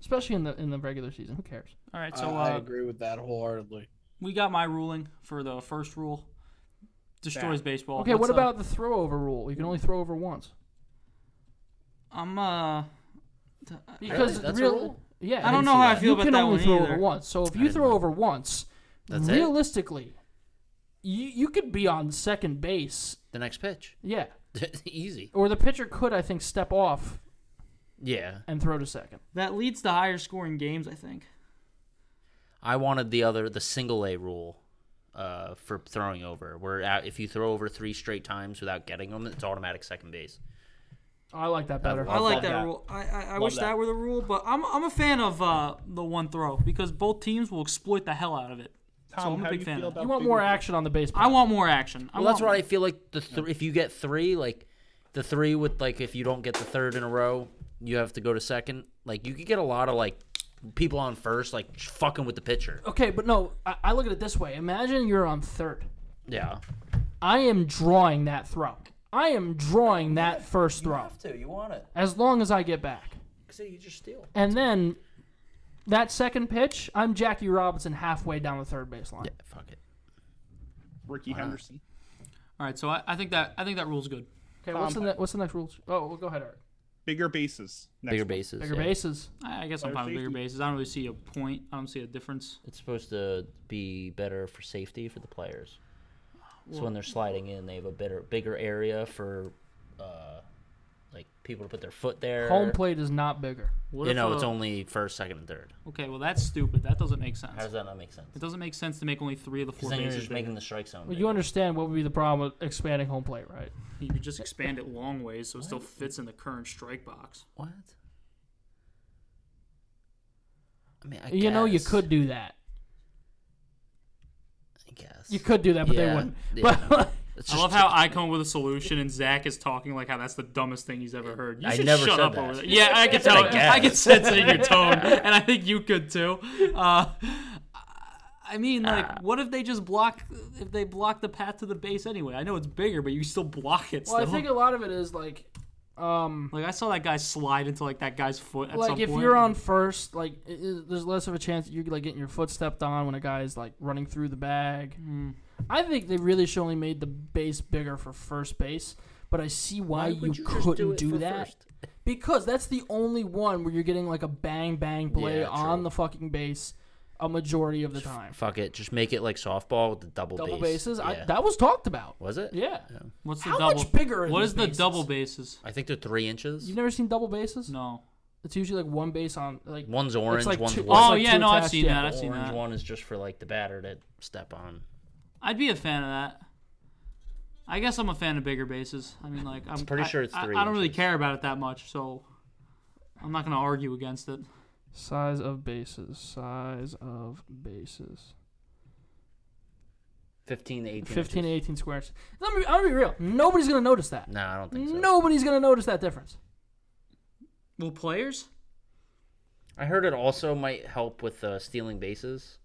especially in the in the regular season. Who cares?
All right,
I,
so uh,
I agree with that wholeheartedly.
we got my ruling for the first rule. Destroys baseball.
Okay,
Oh, What's
what
up?
about the throw over rule? You can only throw over once
I'm uh
because
That's a
real.
rule?
Yeah,
I don't know
see
how I
that.
feel
you
about
can
that
only
one
throw
either.
over once. So if
I
you
didn't
throw
know.
over once,
That's it?
realistically, you you could be on second base.
The next pitch.
Yeah,
Easy.
or the pitcher could, I think, step off
Yeah.
and throw to second.
That leads to higher scoring games, I think.
I wanted the other, the single A rule uh, for throwing over, where uh, if you throw over three straight times without getting them, it's automatic second base.
I like that better.
I like that,
that.
rule. I I, I wish that.
that.
were the rule, but I'm I'm a fan of uh the one throw because both teams will exploit the hell out of it.
Tom,
I'm a
how do
big
you
fan
feel
of that.
about
you want
big
more
league-
action on the base.
I want more action. I
Well, that's
want
what I feel like. The th- if you get three, like the three with like if you don't get the third in a row, you have to go to second. Like you could get a lot of like people on first, like fucking with the pitcher.
Okay, but no, I, I look at it this way. Imagine you're on third.
Yeah,
I am drawing that throw. I am drawing that first throw
to. You want it?
as long as I get back.
So you just steal.
And then that second pitch, I'm Jackie Robinson halfway down the third baseline.
Yeah, fuck it.
Ricky Henderson.
All right, so I, I think that I think that rule's good.
Okay, what's the, ne- what's the next rule? Oh, well, go ahead, Eric.
Bigger bases. Next
Bigger
one.
bases.
Bigger
yeah.
bases.
I, I guess I'm fine
Player
with bigger
safety.
bases. I don't really see a point. I don't see a difference.
It's supposed to be better for safety for the players. So when they're sliding in, they have a better, bigger area for, uh, like people to put their foot there.
Home plate is not bigger.
What
You
if,
know,
uh,
it's only first, second, and third.
okay. Well, that's stupid. That doesn't make sense.
How does that not make sense?
It doesn't make sense to make only three of the four
Because then you're
bases.
just
bigger.
making the strike zone.
Well, you understand what would be the problem with expanding home plate, right?
You could just expand it long ways so it still fits in the current strike box.
what? I mean, I
you know, you
guess.
could do that.
I guess.
You could do that, but they
Yeah,
wouldn't.
yeah.
But
It's
I
just-
love how I come up with a solution and Zach is talking like how that's the dumbest thing he's ever heard. You
I
should
never
shut
said
up
that.
over there. Yeah, I can
said
tell.
I
I, can
guess.
sense it in your tone, and I think you could too. Uh, I mean, like,
Ah.
what if they just block? If they block the path to the base anyway, I know it's bigger, but you still block it. Still.
well, I think a lot of it is like, um,
like I saw that guy slide into like that guy's foot. At
like
some
if
point.
you're on first, like i i there's less of a chance that you're like getting your foot stepped on when a guy's like running through the bag.
Hmm.
I think they really should only made the base bigger for first base, but I see why, you,
would you just do
couldn't do,
it for
that
first?
because that's the only one where you're getting like a bang bang play
Yeah, true.
on the fucking base a majority of the time.
Fuck it. Just make it like softball with the double,
Double
base.
bases, I,
Yeah.
that was talked about.
was it.
Yeah,
what's the
how
double?
much bigger are
what
these
is the
bases?
double bases?
I think they're three inches.
you've never seen double bases?
No.
It's usually like one base on like
One's orange,
like
one's
two-
white.
Oh
like
yeah,
two
no, I've
attached,
seen
yeah,
that. I've
The
seen
orange
that.
one is just for like the batter to step on.
I'd be a fan of that. I guess I'm a fan of bigger bases. I mean, like I'm
pretty
I-
sure it's
I-
three
I, don't really
inches.
care about it that much, so I'm not gonna argue against it.
Size of bases. Size of bases.
Fifteen to eighteen.
15 to
inches.
18 squares. I'm gonna, be, I'm gonna be real. Nobody's gonna notice that.
No, I don't think so.
Nobody's gonna notice that difference.
Well, players.
I heard it also might help with uh, stealing bases,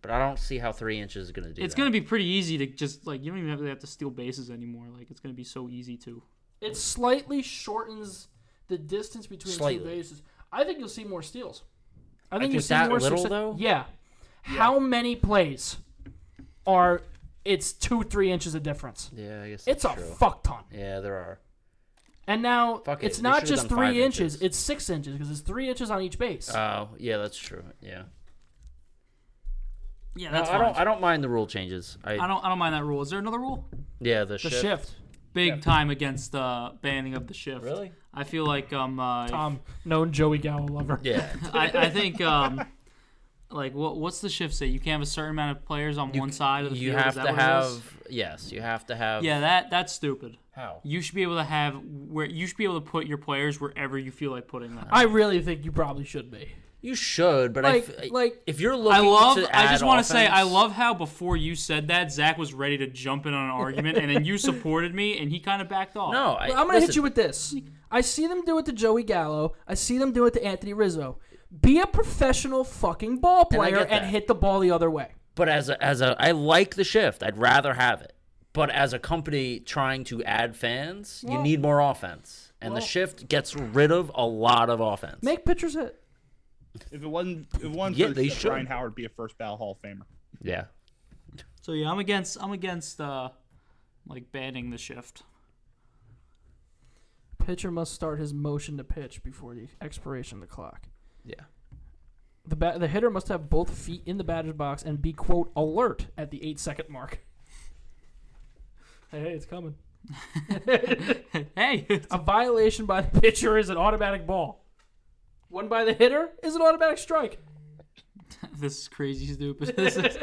but I don't see how three inches is going to do.
It's
that.
gonna be pretty easy to just like you don't even have to, have to steal bases anymore. Like it's gonna be so easy to.
Mm.
It slightly shortens the distance between two
Slightly.
bases. I think you'll see more steals. I think
think
you'll see
that
more
little,
success-
though?
Yeah. How many plays are it's two three inches of difference?
Yeah, I guess
It's
that's
a
true.
fuck ton.
yeah, there are.
And now
Fuck it,
it's
they
not
should've
just
done five
three inches,
inches.
it's six inches because it's three inches on each base.
Oh, yeah, that's true. Yeah.
Yeah,
No,
that's
I don't.
fine.
I don't mind the rule changes. I,
I don't. I don't mind that rule. Is there another rule?
Yeah, the,
the
shift.
shift.
Big time against uh, banning of the shift.
Really?
I feel like um. Uh,
Tom, known Joey Gallo lover.
Yeah.
I, I think um. Like what? What's the shift say? You can not have a certain amount of players on one side of the
You
field.
have
Is that
to
what it is?
have. Yes, you have to have.
Yeah, that that's stupid.
How?
You should be able to have where you should be able to put your players wherever you feel like putting them.
I really think you probably should be.
You should, but
Like,
I, f-
like-
if you're looking,
I love.
To
I just
add
want to say I
offense-
love how before you said that Zach was ready to jump in on an argument, and then you supported me, and he kind of backed off.
No, I,
I'm gonna hit you with this. I see them do it to Joey Gallo. I see them do it to Anthony Rizzo. Be a professional fucking ball
And I
player
get
and,
that.
hit the ball the other way.
But as a, as a, I like the shift. I'd rather have it. But as a company trying to add fans, you need more offense, and the shift gets rid of a lot of offense.
Make pitchers hit.
If it wasn't, if it wasn't
Yeah,
for
they
the shift, Ryan
should.
Howard would be a first ballot Hall of Famer.
yeah,
So yeah, I'm against. I'm against. uh Like banning the shift.
Pitcher must start his motion to pitch before the expiration of the clock.
yeah.
The bat, the hitter must have both feet in the batter's box and be quote alert at the eight second mark. Hey, hey, it's coming.
hey,
A violation by the pitcher is an automatic ball. One by the hitter is an automatic strike.
this is crazy stupid. This is,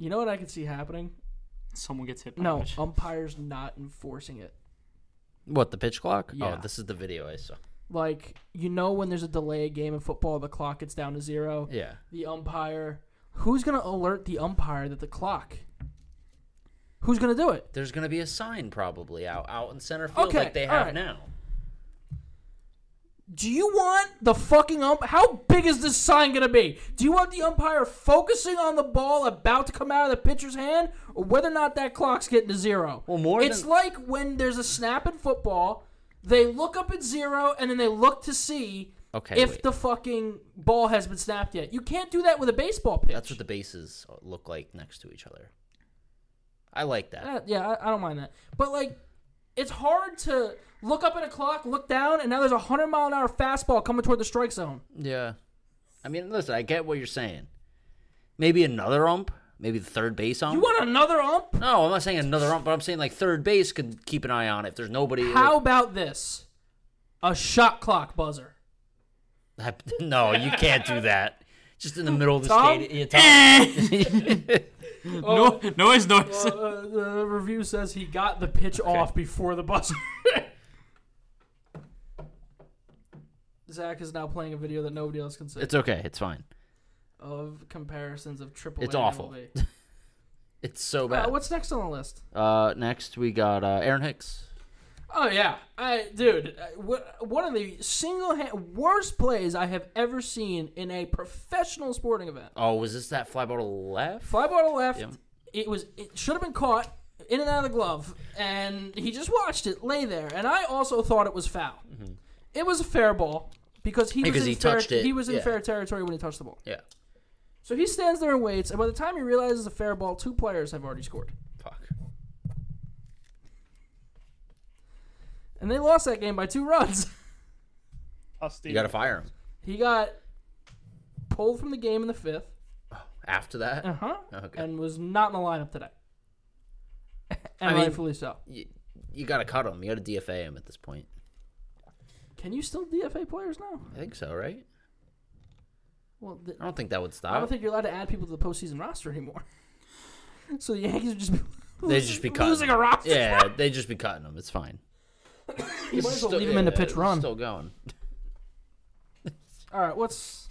You know what I could see happening?
someone gets hit. By
No,
it.
umpires not enforcing it.
What the pitch clock?
Yeah.
Oh, this is the video I saw.
Like, you know when there's a delay game in football, the clock gets down to zero.
Yeah,
The umpire. Who's going to alert the umpire that the clock? Who's going to do it?
there's gonna be a sign probably out out in center field
Okay,
like they
all
have
right.
now.
Do you want the fucking ump? How big is this sign going to be? Do you want the umpire focusing on the ball about to come out of the pitcher's hand, or whether or not that clock's getting to zero?
Well, more
It's
than-
like when there's a snap in football, they look up at zero and then they look to see
Okay,
if
wait.
the fucking ball has been snapped yet. You can't do that with a baseball pitch.
That's what the bases look like next to each other. I like that.
Uh, yeah, I, I don't mind that. But like, it's hard to look up at a clock, look down, and now there's a hundred mile an hour fastball coming toward the strike zone.
Yeah. I mean, listen, I get what you're saying. Maybe another ump, maybe the third base ump.
You want another ump?
no, I'm not saying another ump, but I'm saying like third base could keep an eye on it. if there's nobody.
How about this? A shot clock buzzer.
like- no, you can't do that. Just in the middle of the
Tom?
stadium. Yeah, Tom.
no, noise, noise.
Uh, the review says he got the pitch off before the buzzer. Zach is now playing a video that nobody else can see
it's okay. It's fine.
of comparisons of triple.
It's
A and
awful.
MLB.
It's so
Uh,
bad.
what's next on the list?
Uh, next, we got uh, Aaron Hicks.
Oh yeah, I, dude, I- wh- one of the single hand worst plays I have ever seen in a professional sporting event.
Oh, was this that fly ball to left?
Fly ball to left.
Yeah.
It was. It should have been caught in and out of the glove, and he just watched it lay there. And I also thought it was foul. It was a fair ball because he
Because
was in
Mm-hmm. he
fair,
touched it,
He was in
yeah.
fair territory when he touched the ball.
Yeah.
So he stands there and waits, and by the time he realizes a fair ball, two players have already scored,
Fuck.
and they lost that game by two runs.
Us
You got to fire him.
he got pulled from the game in the fifth.
After that? Oh,
Uh huh.
Okay.
And was not in the lineup today. and
I mean-
rightfully so.
you, you got to cut him. You got to DFA him at this point.
Can you still DFA players now?
I think so, right?
Well, th-
I don't think that would stop.
I don't think you're allowed to add people to the postseason roster anymore. so the Yankees would just be
They'd just be cutting.
losing
him.
a roster.
Yeah, they'd just be cutting him. It's fine.
You might as well leave him in the
yeah,
pitch
it's
run.
Still going.
All right, what's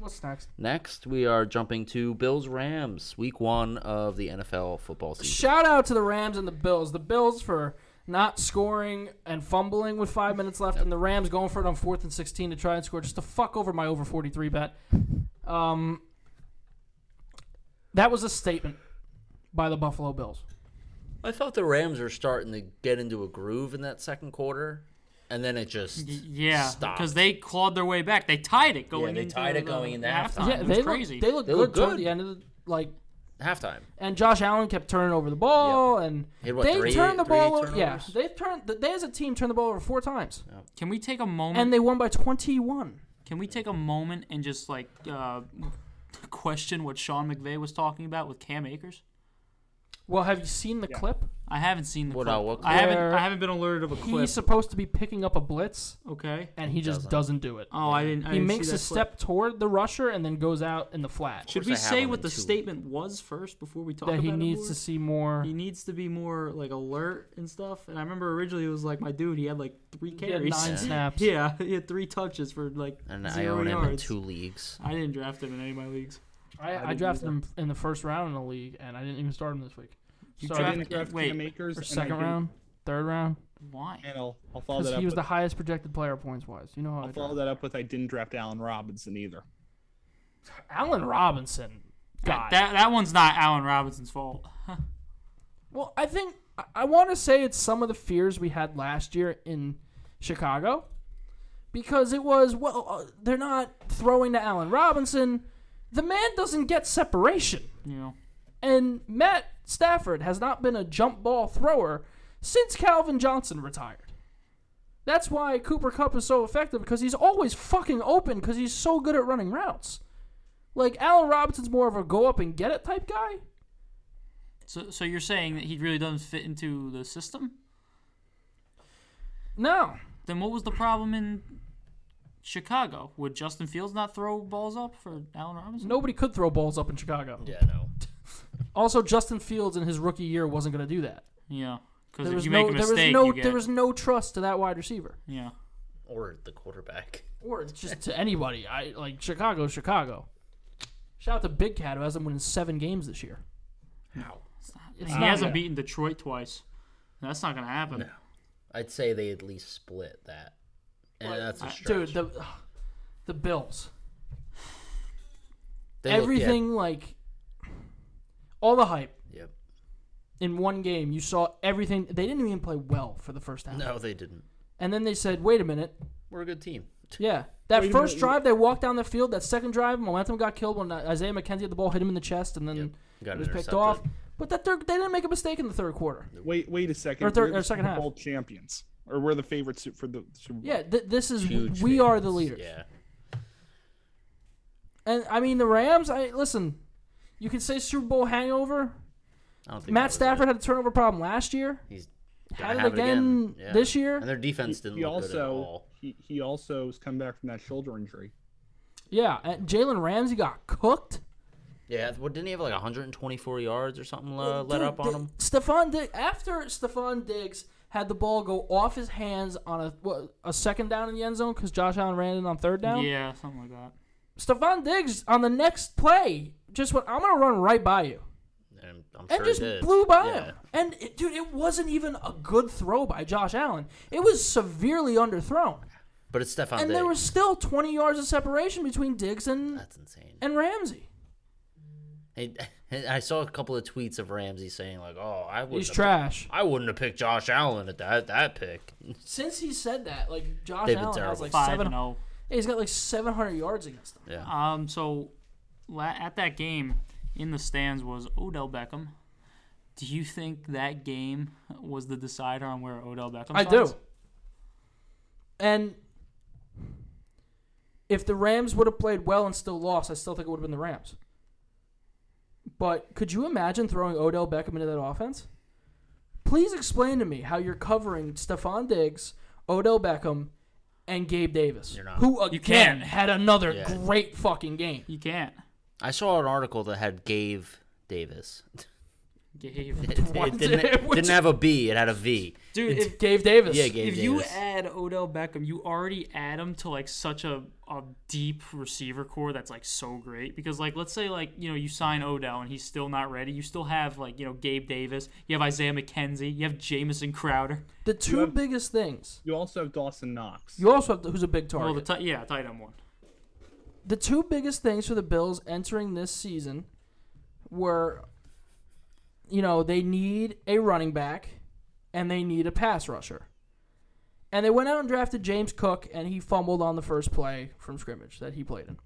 what's next?
Next, we are jumping to Bills Rams, week one of the NFL football season.
Shout out to the Rams and the Bills. The Bills for not scoring and fumbling with five minutes left, and the Rams going for it on fourth and sixteen to try and score just to fuck over my over forty three bet. Um, that was a statement by the Buffalo Bills.
I thought the Rams were starting to get into a groove in that second quarter, and then it just
Yeah,
stopped.
because they clawed their way back. They tied it going.
they
into
tied it
the
going into
halftime.
halftime.
It was
they
crazy.
Look, they look
They
good,
look
toward
good.
the end of the like
halftime.
and Josh Allen kept turning over the ball, and
He had, what,
they
three-
turned the
three
ball. over. Yeah,
turnovers?
they've turned. They as a team turned the ball over four times,
Can we take a moment?
and they won by twenty-one.
Can we take a moment and just like uh, question what Sean McVay was talking about with Cam Akers?
Well, have you seen the clip?
I haven't seen the
What,
clip.
uh, what
I haven't.
clip?
I haven't been alerted of a
He's
clip.
supposed to be picking up a blitz,
Okay.
and he just
Doesn't.
doesn't, do it.
Oh, I didn't. I
he
didn't see
makes
that
a
clip.
step toward the rusher and then goes out in the flat.
Should
course
we
I have
say
him
what
in
the
two.
statement was first before we talk
That
about
he
it
needs
more?
to see more.
He needs to be more like alert and stuff. And I remember originally it was like my dude. He had like three
He had
carries.
nine snaps.
Yeah, he had three touches for like
And I
zero
own him in
yards.
two leagues.
I didn't draft him in any of my leagues.
I, I drafted him in the first round in the league, and I didn't even start him this week.
You
So-
draft
Yeah,
draft
wait,
Cam Akers
Or
and I
second
do-
round, third round,
Why?
And I'll, I'll follow
because
that up.
he was
with,
the highest projected player points wise. You know how I
I'll follow
draft.
that up with I didn't draft Allen Robinson either.
Allen Robinson. God.
That, that that one's not Allen Robinson's fault.
well, I think I, I want to say it's some of the fears we had last year in Chicago, because it was well uh, they're not throwing to Allen Robinson. The man doesn't get separation.
You know.
And Matt Stafford has not been a jump ball thrower since Calvin Johnson retired. That's why Cooper Cup is so effective because he's always fucking open because he's so good at running routes. Like Allen Robinson's more of a go up and get it type guy.
So so you're saying that he really doesn't fit into the system?
No,
Then what was the problem in Chicago? Would Justin Fields not throw balls up for Allen Robinson?
nobody could throw balls up in Chicago.
Yeah, no.
Also, Justin Fields in his rookie year wasn't going to do that.
Yeah, because
There
if
was
you
no,
make a
there was
mistake,
no,
you get.
there was no trust to that wide receiver
yeah,
Or the quarterback.
or just to anybody. I like Chicago, Chicago. Shout out to Big Cat who hasn't won in seven games this year.
How?
It's
he
not
hasn't
good.
beaten Detroit twice. That's not gonna happen.
I'd say they at least split that. And that's a stretch.
uh, Dude, the ugh, the Bills.
They look- yeah,
Everything like all the hype
Yep.
in one game. You saw everything. They didn't even play well for the first half.
No, they didn't.
And then they said, "Wait a minute,
We're a good team.
yeah." That
Wait a
first
minute,
drive, they walked down the field. That second drive, momentum got killed when uh, Isaiah McKenzie had the ball, hit him in the chest, and then
Yep. Got
it was picked
intercepted.
off. But that third, they didn't make a mistake in the third quarter.
Wait, wait a second.
Or third-
We're the
or second
Super
half.
Bowl champions, or we're the favorites for the Super Bowl.
Yeah, th- this is
Huge
we are the
favorites.
leaders.
Yeah.
And I mean the Rams. I listen. You can say Super Bowl hangover.
I don't think that
Matt
was
Stafford
it.
had a turnover problem last year.
He's
had
gonna
it
have
again
Yeah.
this year.
And their defense didn't
He
look good at
also
all.
he, he also has come back from that shoulder injury.
Yeah, and Jalen Ramsey got cooked.
Yeah, what didn't he have like 124 yards or something uh, let
Dude,
up on
Di-
him?
Stephon Diggs, after Stephon Diggs had the ball go off his hands on a what, a second down in the end zone because Josh Allen ran it on third down.
Yeah, something like that.
Stephon Diggs on the next play just went, I'm gonna run right by you,
And I'm
and
sure
just
he did.
blew by
yeah.
him. And it, dude, it wasn't even a good throw by Josh Allen. It was severely underthrown,
But it's Stephon
and
Diggs.
there was still 20 yards of separation between Diggs and
That's insane.
and Ramsey.
Hey, I saw a couple of tweets of Ramsey saying like, "Oh, I wouldn't.
He's
have,
trash.
I wouldn't have picked Josh Allen at that that pick."
Since he said that, like Josh
They've been
Allen has
terrible.
like
Five
seven.
and oh.
Yeah, he's got like 700 yards against them.
Yeah,
Um, so la- at that game, in the stands was Odell Beckham. Do you think that game was the decider on where Odell Beckham?
I do. And if the Rams would have played well and still lost, I still think it would have been the Rams. But could you imagine throwing Odell Beckham into that offense? Please explain to me how you're covering Stephon Diggs, Odell Beckham, and Gabe Davis,
You're not.
who again
You can't.
had another
Yeah.
great fucking game.
You can't.
I saw an article that had gave Davis.
Gabe.
It, it didn't, didn't have a B. It had a V.
Dude, if,
Gabe Davis.
Yeah, Gabe
if
Davis.
you add Odell Beckham, you already add him to like such a, a deep receiver core that's like so great. Because like let's say like, you know, you sign Odell and he's still not ready. You still have like, you know, Gabe Davis, you have Isaiah McKenzie, you have Jamison Crowder.
The two biggest things.
You also have Dawson Knox.
You also have who's a big target.
Well the t- yeah, tight end one.
the two biggest things for the Bills entering this season were, you know, they need a running back and they need a pass rusher. And they went out and drafted James Cook, and he fumbled on the first play from scrimmage that he played in.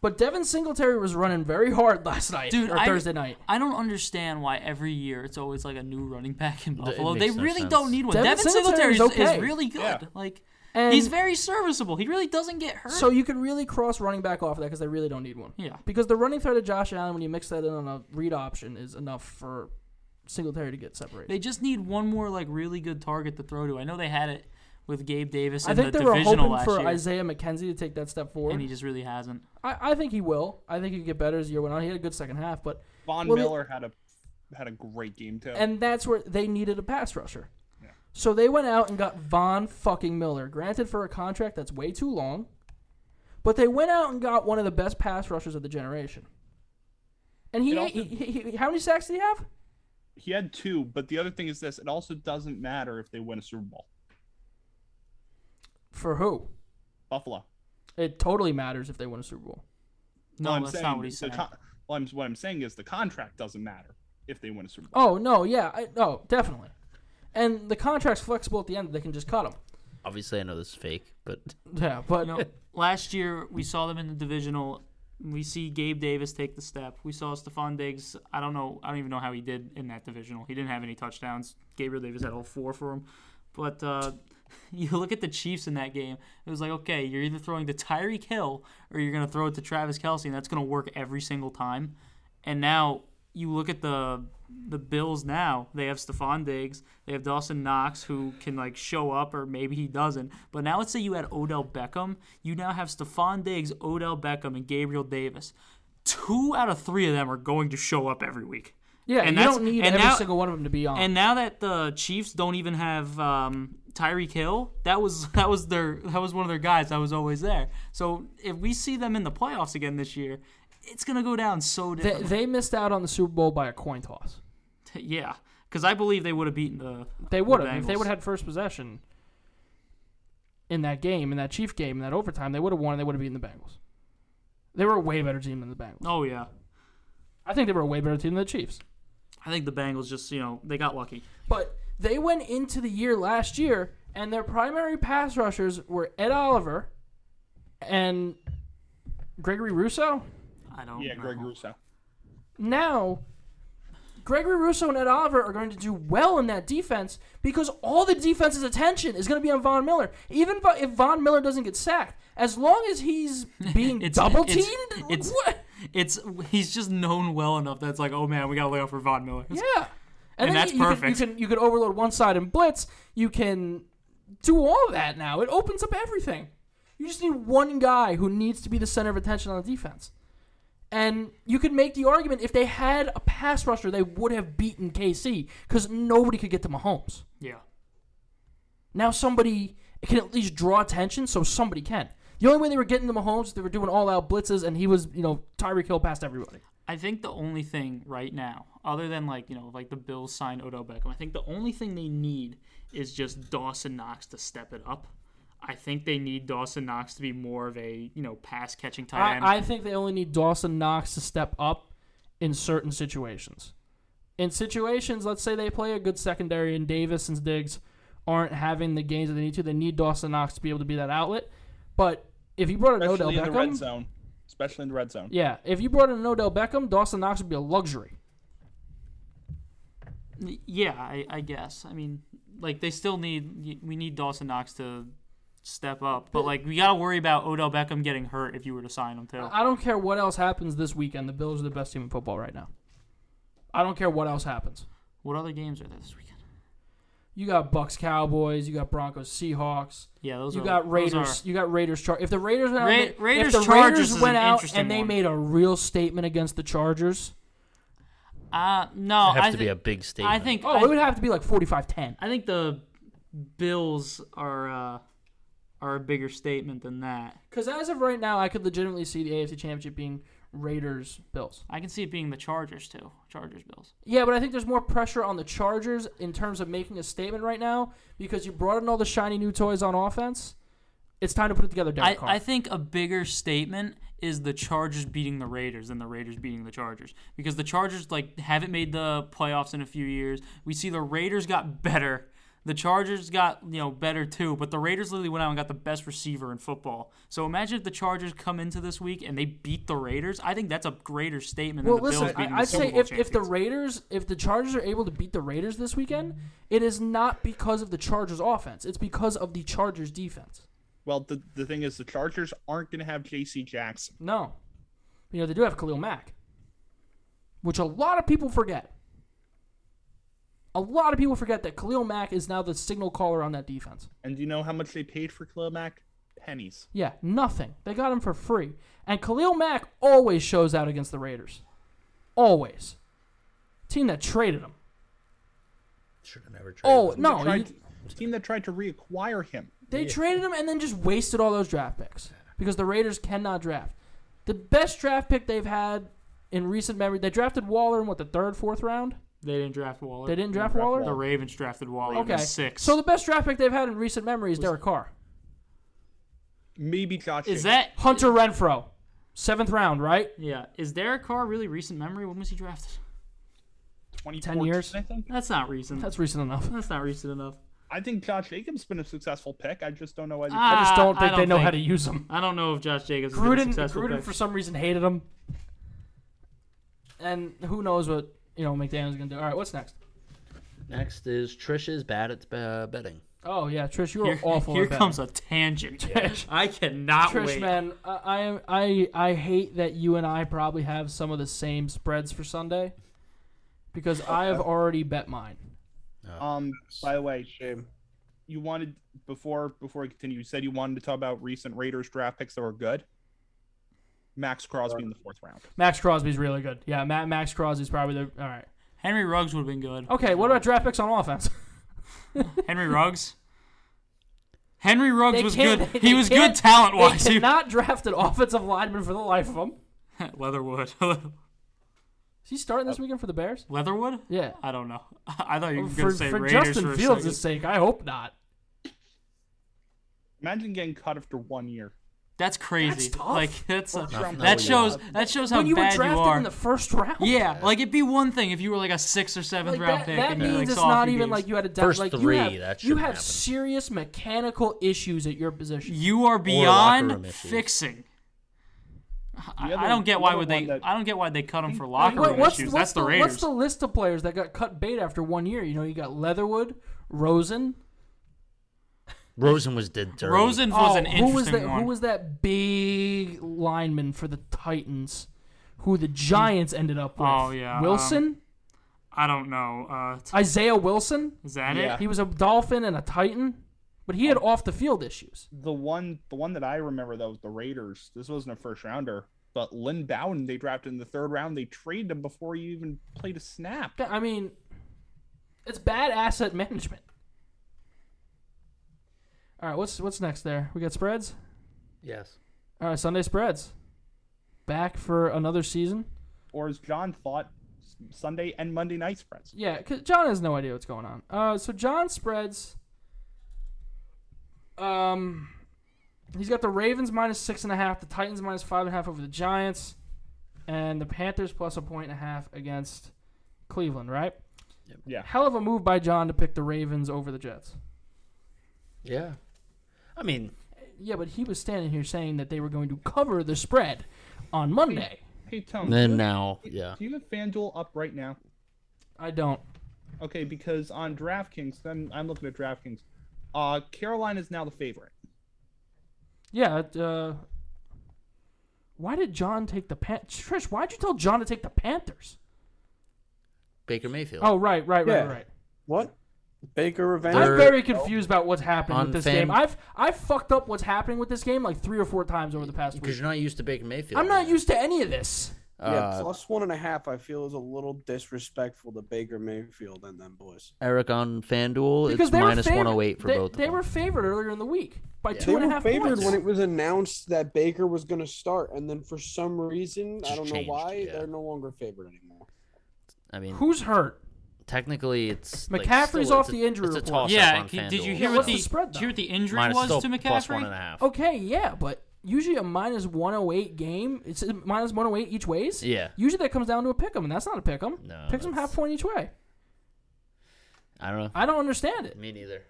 But Devin Singletary was running very hard last night
Dude,
or
I-
Thursday night.
I don't understand why every year it's always like a new running back in Buffalo. They
makes no
really
sense.
don't need one.
Devin
Devin, Singletary is,
Singletary is
is
okay.
really good.
Yeah.
Like
And
he's very serviceable. He really doesn't get hurt.
so you can really cross running back off of that because they really don't need one.
yeah,
Because the running threat of Josh Allen, when you mix that in on a read option, is enough for Singletary to get separated.
they just need one more like really good target to throw to. I know they had it with Gabe Davis in
I think
the
they were
divisional
hoping
last
for
year,
Isaiah McKenzie to take that step
and
forward.
he just really hasn't.
I, I think he will. I think he could get better as the year went on. He had a good second half, but
Von
Well, the-
Miller had a had a great game too.
and that's where they needed a pass rusher. So they went out and got Von fucking Miller, granted for a contract that's way too long, but they went out and got one of the best pass rushers of the generation. And he,
It also-
he, he- he- how many sacks did he have?
he had two, but the other thing is this: it also doesn't matter if they win a Super Bowl.
For who?
Buffalo.
It totally matters if they win a Super Bowl.
No,
Well, I'm
that's
saying
not what he's
the
saying.
con- well, I'm, what I'm saying is the contract doesn't matter if they win a Super Bowl.
Oh no, yeah, I, oh definitely. And the contract's flexible at the end; they can just cut him.
Obviously, I know this is fake, but
Yeah, but
You know, last year we saw them in the divisional. We see Gabe Davis take the step. We saw Stephon Diggs. I don't know. I don't even know how he did in that divisional. He didn't have any touchdowns. Gabriel Davis had all four for him. But uh, you look at the Chiefs in that game. It was like, okay, you're either throwing to Tyreek Hill or you're going to throw it to Travis Kelsey, and that's going to work every single time. And now you look at the the Bills now. They have Stephon Diggs. They have Dawson Knox who can like show up or maybe he doesn't. But now let's say you had Odell Beckham. You now have Stephon Diggs, Odell Beckham, and Gabriel Davis. Two out of three of them are going to show up every week.
yeah,
and
you
that's-
don't need
and
every
now-
single one of them to be on.
And now that the Chiefs don't even have um, Tyreek Hill, that was that was their that was one of their guys that was always there. So if we see them in the playoffs again this year, it's gonna go down so
they,
different.
they missed out on the Super Bowl by a coin toss.
yeah, because I believe they would have beaten the.
They
the
would have. If they
Bengals.
would have had first possession in that game, in that Chief game, in that overtime, they would have won. and They would have beaten the Bengals. They were a way better team than the Bengals.
Oh yeah,
I think they were a way better team than the Chiefs.
I think the Bengals just you know they got lucky.
But they went into the year last year, and their primary pass rushers were Ed Oliver and Gregory Russo.
I don't.
yeah,
know.
Greg Russo.
Now, Gregory Russo and Ed Oliver are going to do well in that defense because all the defense's attention is going to be on Von Miller. Even if- if Von Miller doesn't get sacked, as long as he's being
It's-
double
it's-
teamed,
it's-
what?
It's he's just known well enough that's like oh man we gotta lay off for Von Miller.
Yeah.
And
then
that's
you, you
perfect.
Can, you can you can overload one side and blitz. You can do all that now. It opens up everything. You just need one guy who needs to be the center of attention on the defense. And you could make the argument if they had a pass rusher, they would have beaten KC because nobody could get to Mahomes.
Yeah.
Now somebody can at least draw attention, so somebody can. The only way they were getting to Mahomes is they were doing all out blitzes, and he was, you know, Tyreek Hill past everybody.
I think the only thing right now, other than like you know like the Bills sign Odell Beckham, I think the only thing they need is just Dawson Knox to step it up. I think they need Dawson Knox to be more of a you know pass catching tight end.
I, I think they only need Dawson Knox to step up in certain situations. In situations, let's say they play a good secondary and Davis and Diggs aren't having the games that they need to, they need Dawson Knox to be able to be that outlet. But if you
Oh,
brought an
Especially in
Odell
the red
Beckham,
zone. Especially in the red zone.
yeah, if you brought in an Odell Beckham, Dawson Knox would be a luxury.
yeah, I, I guess. I mean, like they still need we need Dawson Knox to step up, but like we gotta worry about Odell Beckham getting hurt if you were to sign him
Oh.
too.
I don't care what else happens this weekend. The Bills are the best team in football right now. I don't care what else happens.
What other games are there this weekend?
You got Bucks, Cowboys. You got Broncos, Seahawks.
Yeah, those
You
are
got
those
Raiders.
are-
You got Raiders. Char- if the Raiders went out,
Ra-
and they-
Raiders-
if the
Chargers
Raiders
is an
went out
interesting
and they
one.
made a real statement against the Chargers,
uh, no,
it have
I
to be
thi-
a big statement.
I think.
oh,
I,
it would have to be like 45-10.
I think the Bills are uh, are a bigger statement than that.
Because as of right now, I could legitimately see the AFC Championship being Raiders Bills.
I can see it being the Chargers too. Chargers Bills.
Yeah, but I think there's more pressure on the Chargers in terms of making a statement right now because you brought in all the shiny new toys on offense. It's time to put it together,
I,
Derek Carr.
I think a bigger statement is the Chargers beating the Raiders than the Raiders beating the Chargers because the Chargers like haven't made the playoffs in a few years. We see the Raiders got better. The Chargers got you know better too, but the Raiders literally went out and got the best receiver in football. So imagine if the Chargers come into this week and they beat the Raiders. I think that's a greater statement
Well,
than the
listen,
Bills beating
I,
the
I'd
Super
say
Bowl
if, if the
champions.
Raiders, if the Chargers are able to beat the Raiders this weekend, it is not because of the Chargers offense. It's because of the Chargers defense.
Well, the, the thing is, the Chargers aren't going to have J.C. Jackson.
No. You know, they do have Khalil Mack, which a lot of people forget. A lot of people forget that Khalil Mack is now the signal caller on that defense.
And do you know how much they paid for Khalil Mack? Pennies.
Yeah, nothing. They got him for free. And Khalil Mack always shows out against the Raiders. Always. Team that traded him.
Should have never traded.
Oh,
him.
no.
Tried-
you-
the team that tried to reacquire him.
They traded him and then just wasted all those draft picks because the Raiders cannot draft. The best draft pick they've had in recent memory, they drafted Waller in what the third, fourth round.
they didn't draft Waller.
They didn't draft
draft
Waller.
The Ravens drafted Waller.
Okay,
Okay, six.
So the best draft pick they've had in recent memory is Derek Carr,
Maybe Josh.
is
Jacobs.
that
Hunter Renfro, seventh round, right?
Yeah, is Derek Carr really recent memory? When was he drafted?
2014,
years?
I think.
That's not recent. That's,
That's recent enough.
not recent enough.
I think Josh Jacobs has been a successful pick. I just don't know why. They
I just don't
Ah,
think they know how to
think-
use him.
I don't know if Josh Jacobs is a
Gruden,
successful
Gruden
pick.
for some reason hated him, and who knows what you know McDaniel's gonna do. All right, what's next?
Next is Trisha's bad at uh, betting.
Oh yeah, Trish, you were
Here,
awful.
here
at that.
comes a tangent. I cannot
Trish,
Oh, wait.
man, I, I I I hate that you and I probably have some of the same spreads for Sunday, because I have already bet mine.
Um. By the way,
Shame.
you wanted before before we continue. You said you wanted to talk about recent Raiders draft picks that were good. Max Crosby in the fourth round.
Max Crosby's really good. Yeah, Ma- Max Crosby's probably the all right.
Henry Ruggs would have been good.
Okay, what about draft picks on offense?
Henry Ruggs? Henry Ruggs
They
was good.
can't- they
He was
can't-
good talent wise.
They cannot draft an offensive lineman for the life of them.
Leatherwood.
Is he starting this weekend for the Bears?
Leatherwood?
Yeah.
I don't know. Oh. I thought you were going
For,
to say
for
Raiders for
Justin
a
Fields'
second.
sake, I hope not.
Imagine getting cut after one year.
That's crazy.
That's tough.
Like that's a,
round
that
pick.
shows that shows how
When you were
bad you
drafted
are.
in the first round.
yeah, like it'd be one thing if you were like a sixth or seventh
Like,
round
that,
pick.
that
and you,
means
like,
it's
saw a
not
few
even
games.
like you had a down-
First
like
three,
You have,
that
you
shouldn't
have
happen.
serious mechanical issues at your position.
You are
room
beyond
issues.
fixing. I, I
The other-
don't
the
get why
other
would they.
one that-
I don't get why they cut him for locker
What-
room
what's,
issues.
what's
That's the, Raiders.
What's the list of players that got cut bait after one year? You know, you got Leatherwood, Rosen.
Rosen was did dirty.
Rosen was
Oh,
an
who
interesting
was that?
one.
Who was that big lineman for the Titans, who the Giants ended up with?
Oh, yeah, um,
Wilson,
I don't know. Uh, t-
Isaiah Wilson.
is that
Yeah.
it?
He was a Dolphin and a Titan, but he had off the field issues.
The one the one that I remember that was the Raiders. This wasn't a first rounder, but Lynn Bowden they drafted in the third round. They traded him before he even played a snap.
I mean, it's bad asset management. All right, what's what's next there? We got spreads.
Yes.
All right, Sunday spreads. Back for another season.
Or as John thought, S- Sunday and Monday night spreads.
Yeah, 'cause John has no idea what's going on. Uh, so John spreads. Um, he's got the Ravens minus six and a half, the Titans minus five and a half over the Giants, and the Panthers plus a point and a half against Cleveland. Right?
Yeah.
Hell of a move by John to pick the Ravens over the Jets.
Yeah. I mean,
Yeah, but he was standing here saying that they were going to cover the spread on Monday.
Hey Tom,
then now, yeah.
do you have FanDuel up right now?
I don't.
Okay, because on DraftKings, then I'm looking at DraftKings. Uh, Carolina is now the favorite.
Yeah. it, Uh, why did John take the Pan? Trish, why'd you tell John to take the Panthers?
Baker Mayfield.
Oh, right, right, right,
Yeah.
right.
What? Baker revenge.
They're-
I'm very confused about what's happening
on
with this
fan-
game. I've I've fucked up what's happening with this game like three or four times over the past
Because
week.
you're not used to Baker Mayfield.
I'm not used to any of this.
Uh,
yeah, plus one and a half. I feel is a little disrespectful to Baker Mayfield and them boys.
Eric on FanDuel.
Because
it's
they were
minus
favored-
108 for
they,
both. of
They
them.
were favored earlier in the week by
Yeah.
two
They
and a
were
half
favored
points.
when it was announced that Baker was going to start, and then for some reason, I
Just
don't
changed,
know why,
yeah.
they're no longer favored anymore.
I mean,
Who's hurt?
technically, it's like,
McCaffrey's
still,
off
it's a-
the injury
It's a
report.
toss
Yeah.
Up on
c- Did you
FanDuel,
hear
Yeah,
what
what's
the,
the spread,
did you hear what the injury
Minus
was
still
to
plus one and a
McCaffrey?
half.
Okay, yeah, but usually a minus 108 game, it's a minus 108 each ways.
Yeah.
Usually that comes down to a pick 'em, and that's not a pick 'em.
No,
Pick 'em
that's-
half point each way.
I don't know.
I don't understand it.
Me neither.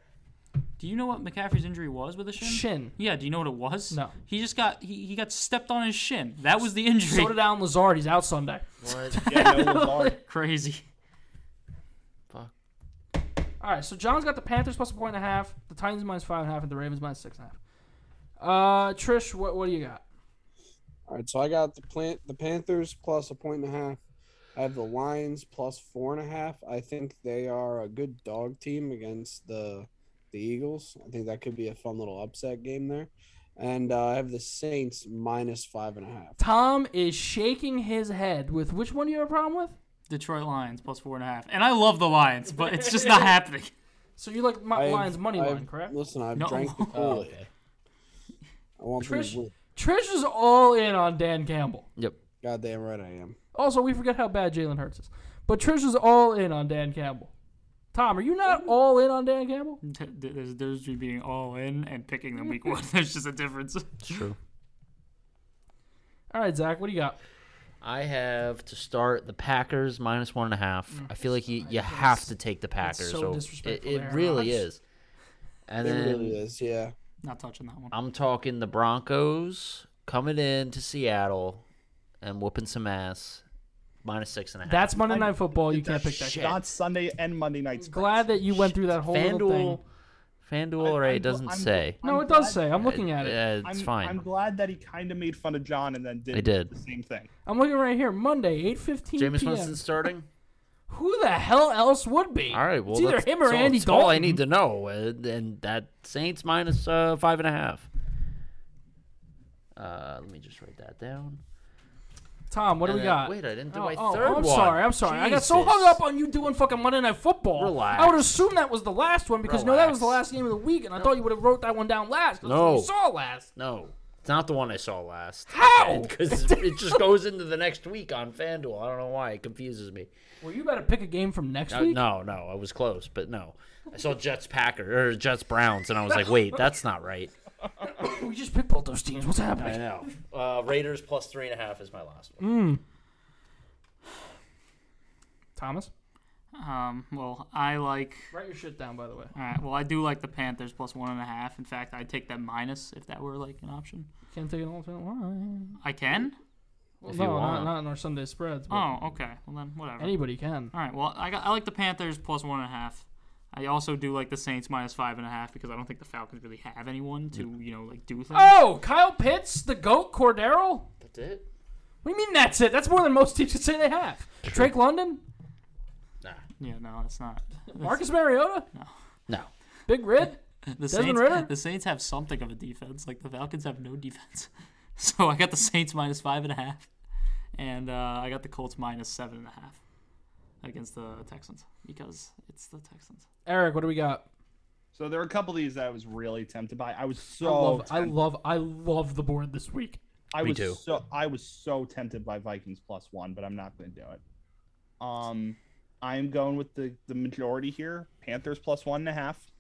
Do you know what McCaffrey's injury was with a shin?
Shin.
Yeah, do you know what it was?
No.
He just got he, he got stepped on his shin. That was the injury.
So did Alan Lazard. He's out Sunday.
What?
Yeah, no Lazard.
Crazy.
All right, so John's got the Panthers plus a point and a half, the Titans minus five and a half, and the Ravens minus six and a half. Uh, Trish, what what do you got?
All right, so I got the plant the Panthers plus a point and a half. I have the Lions plus four and a half. I think they are a good dog team against the the Eagles. I think that could be a fun little upset game there. And uh, I have the Saints minus five and a half.
Tom is shaking his head with which one do you have a problem with?
Detroit Lions plus four and a half. And I love the Lions, but it's just not happening.
So you like my
I've-
Lions money
I've-
line, correct?
Listen, I've
No.
drank the
Oh,
Kool Aid.
okay.
I want them
Trish-
to win.
Trish is all in on Dan Campbell.
Yep.
Goddamn right I am.
Also, we forget how bad Jalen Hurts is, but Trish is all in on Dan Campbell. Tom, are you not
Mm-hmm.
all in on Dan Campbell?
Th- There's a difference between being all in and picking them week one. There's just a difference.
It's true.
All right, Zach, what do you got?
I have to start the Packers minus one and a half. I feel like you, you have to take the Packers.
so
over-
Mm. disrespectful
It,
to
it
Aaron
really
Rodgers.
is. And
It
then
really is, yeah.
Not touching that one.
I'm talking the Broncos coming in to Seattle and whooping some ass minus six and a half.
That's Monday Night Football. You can't pick that.
Shit.
Not Sunday and Monday nights.
Glad that you went through that whole little thing.
FanDuel. FanDuel, right? It doesn't say.
No, it does say. I'm looking at it.
Uh, it's
I'm,
fine.
I'm glad that he kind of made fun of John and then did,
I did.
the same thing.
I'm looking right here. Monday, eight fifteen
Jameis
p.m.
Winston starting.
Who the hell else would be?
All right. Well,
it's either
that's,
him or
that's all,
Andy
that's
Dalton.
all I need to know. Uh, and that Saints minus uh, five and a half. Uh, let me just write that down.
Tom, what do
And
we
then-
got?
Uh, Wait, I didn't do
Oh,
my
oh,
third
I'm
one.
sorry. I'm sorry. I got so
Jesus.
hung up on you doing fucking Monday Night Football.
Relax.
I would assume that was the last one because no, that was the last
Relax.
game of the week, and I thought you would have wrote that one down last. 'cause that's
No.
what you saw last.
No, it's not the one I saw last.
How?
Because it just goes into the next week on FanDuel. I don't know why it confuses me.
Well, you better pick a game from next
Uh,
week.
no, no, I was close, but no. I saw Jets Packer or Jets Browns, and I was like, wait, that's not right.
We just picked both those teams. What's
I
happening?
know. Uh, Raiders plus three and a half is my last
Mm.
one.
Thomas,
Um, well, I like.
write your shit down. By the way,
All right. Well, I do like the Panthers plus one and a half. In fact, I'd take that minus if that were like an option.
can't take an alternate line.
I can.
Well,
If
no,
you
not,
want.
not in our Sunday spreads. But
Oh, okay. Well then, whatever.
anybody can.
All right. Well, I, got, I like the Panthers plus one and a half. I also do like the Saints minus five and a half because I don't think the Falcons really have anyone to you know like do things.
Oh, Kyle Pitts, the goat, Cordero.
That's it?
What do you mean that's it? That's more than most teams could say they have. Drake London,
Nah.
Yeah, no, it's not.
Marcus Mariota,
No.
Big Red.
The
Desmond
Saints,
Ritter?
the Saints have something of a defense. Like the Falcons have no defense. So I got the Saints minus five and a half, and uh, I got the Colts minus seven and a half against the Texans because it's the Texans.
Eric, what do we got?
So there were a couple of these that I was really tempted by. I was so
I love, I
tempted-
love, I love the board this week.
I
Me
was
too.
so I was so tempted by Vikings plus one, but I'm not going to do it. Um, I am going with the the majority here. Panthers plus one and a half.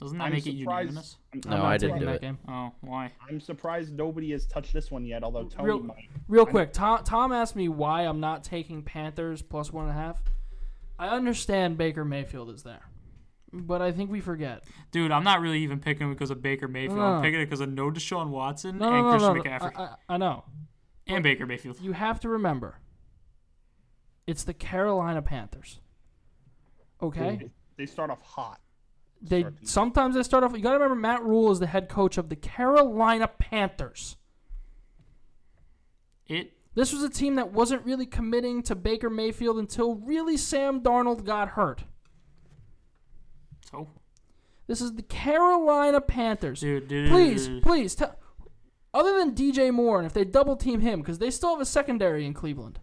Doesn't that
I'm
make it
surprised-
unanimous?
I'm,
No,
not
I didn't
taking
do
that
it.
Game.
Oh, why?
I'm surprised nobody has touched this one yet. Although
Oh
Tony
Real-
might.
Real quick, Tom, Tom asked me why I'm not taking Panthers plus one and a half. I understand Baker Mayfield is there, but I think we forget.
Dude, I'm not really even picking it because of Baker Mayfield.
No.
I'm picking it because of no Deshaun Watson
No,
and
no, no,
Christian
no, no.
McCaffrey
I, I, I know.
and Baker Mayfield.
You have to remember, it's the Carolina Panthers. Okay.
They start off hot.
They sometimes they start off. You got to remember, Matt Rule is the head coach of the Carolina Panthers.
It
This was a team that wasn't really committing to Baker Mayfield until really Sam Darnold got hurt.
so
This is the Carolina Panthers.
dude, dude.
Please, please tell. Other than DJ Moore, and if they double team him, because they still have a secondary in Cleveland,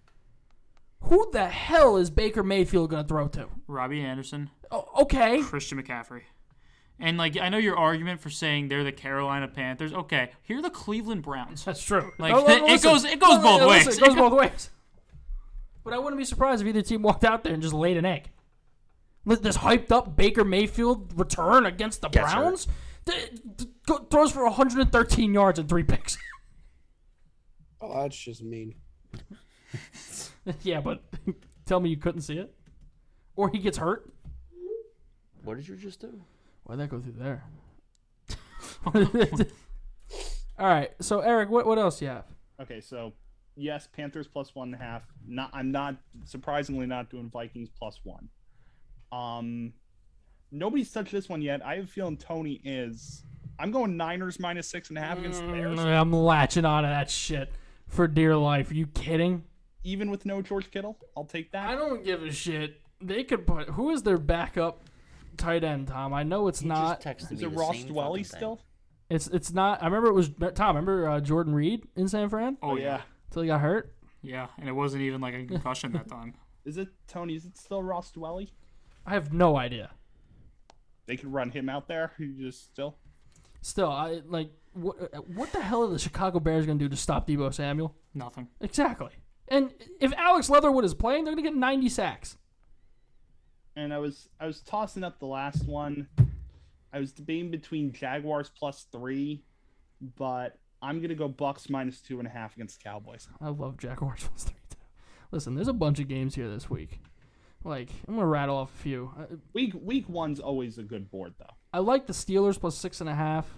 who the hell is Baker Mayfield going to throw to?
Robbie Anderson.
Oh, okay.
Christian McCaffrey. And like I know your argument for saying they're the Carolina Panthers. Okay, here are the Cleveland Browns.
That's true.
Like, it goes- it goes both
listen,
ways.
It goes both ways. But I wouldn't be surprised if either team walked out there and just laid an egg. Look, This hyped up Baker Mayfield return against the
Gets hurt.
Browns Th- th- go- throws for 113 yards and three picks.
Oh, that's just mean.
yeah, but tell me you couldn't see it. or he gets hurt.
What did you just do?
Why'd that go through there? All right. So Eric, what what else you have?
Okay, so yes, Panthers plus one and a half. Not I'm not surprisingly not doing Vikings plus one. Um nobody's touched this one yet. I have a feeling Tony is I'm going Niners minus six and a half against the Bears.
I'm latching on to that shit for dear life. Are you kidding?
Even with no George Kittle, I'll take that.
I don't give a shit. They could put who is their backup tight end, Tom? I know it's
He
not.
just texted
Uh, is
me
it
the
Ross
same
Dwelly
fucking thing.
still?
It's it's not. I remember it was Tom. Remember uh, Jordan Reed in San Fran
Oh yeah.
until he got hurt.
Yeah, and it wasn't even like a concussion that time.
Is it Tony, is it still Ross Dwelly?
I have no idea.
They could run him out there. He just still
Still, I like what what the hell are the Chicago Bears gonna do to stop Debo Samuel?
Nothing.
Exactly. And if Alex Leatherwood is playing, they're gonna get 90 sacks.
and I was I was tossing up the last one. I was debating between Jaguars plus three, but I'm gonna go Bucks minus two and a half against the Cowboys.
I love Jack Orange plus three too. Listen, there's a bunch of games here this week. Like I'm gonna rattle off a few. Uh, I,
Week week one's always a good board though.
I like the Steelers plus six and a half.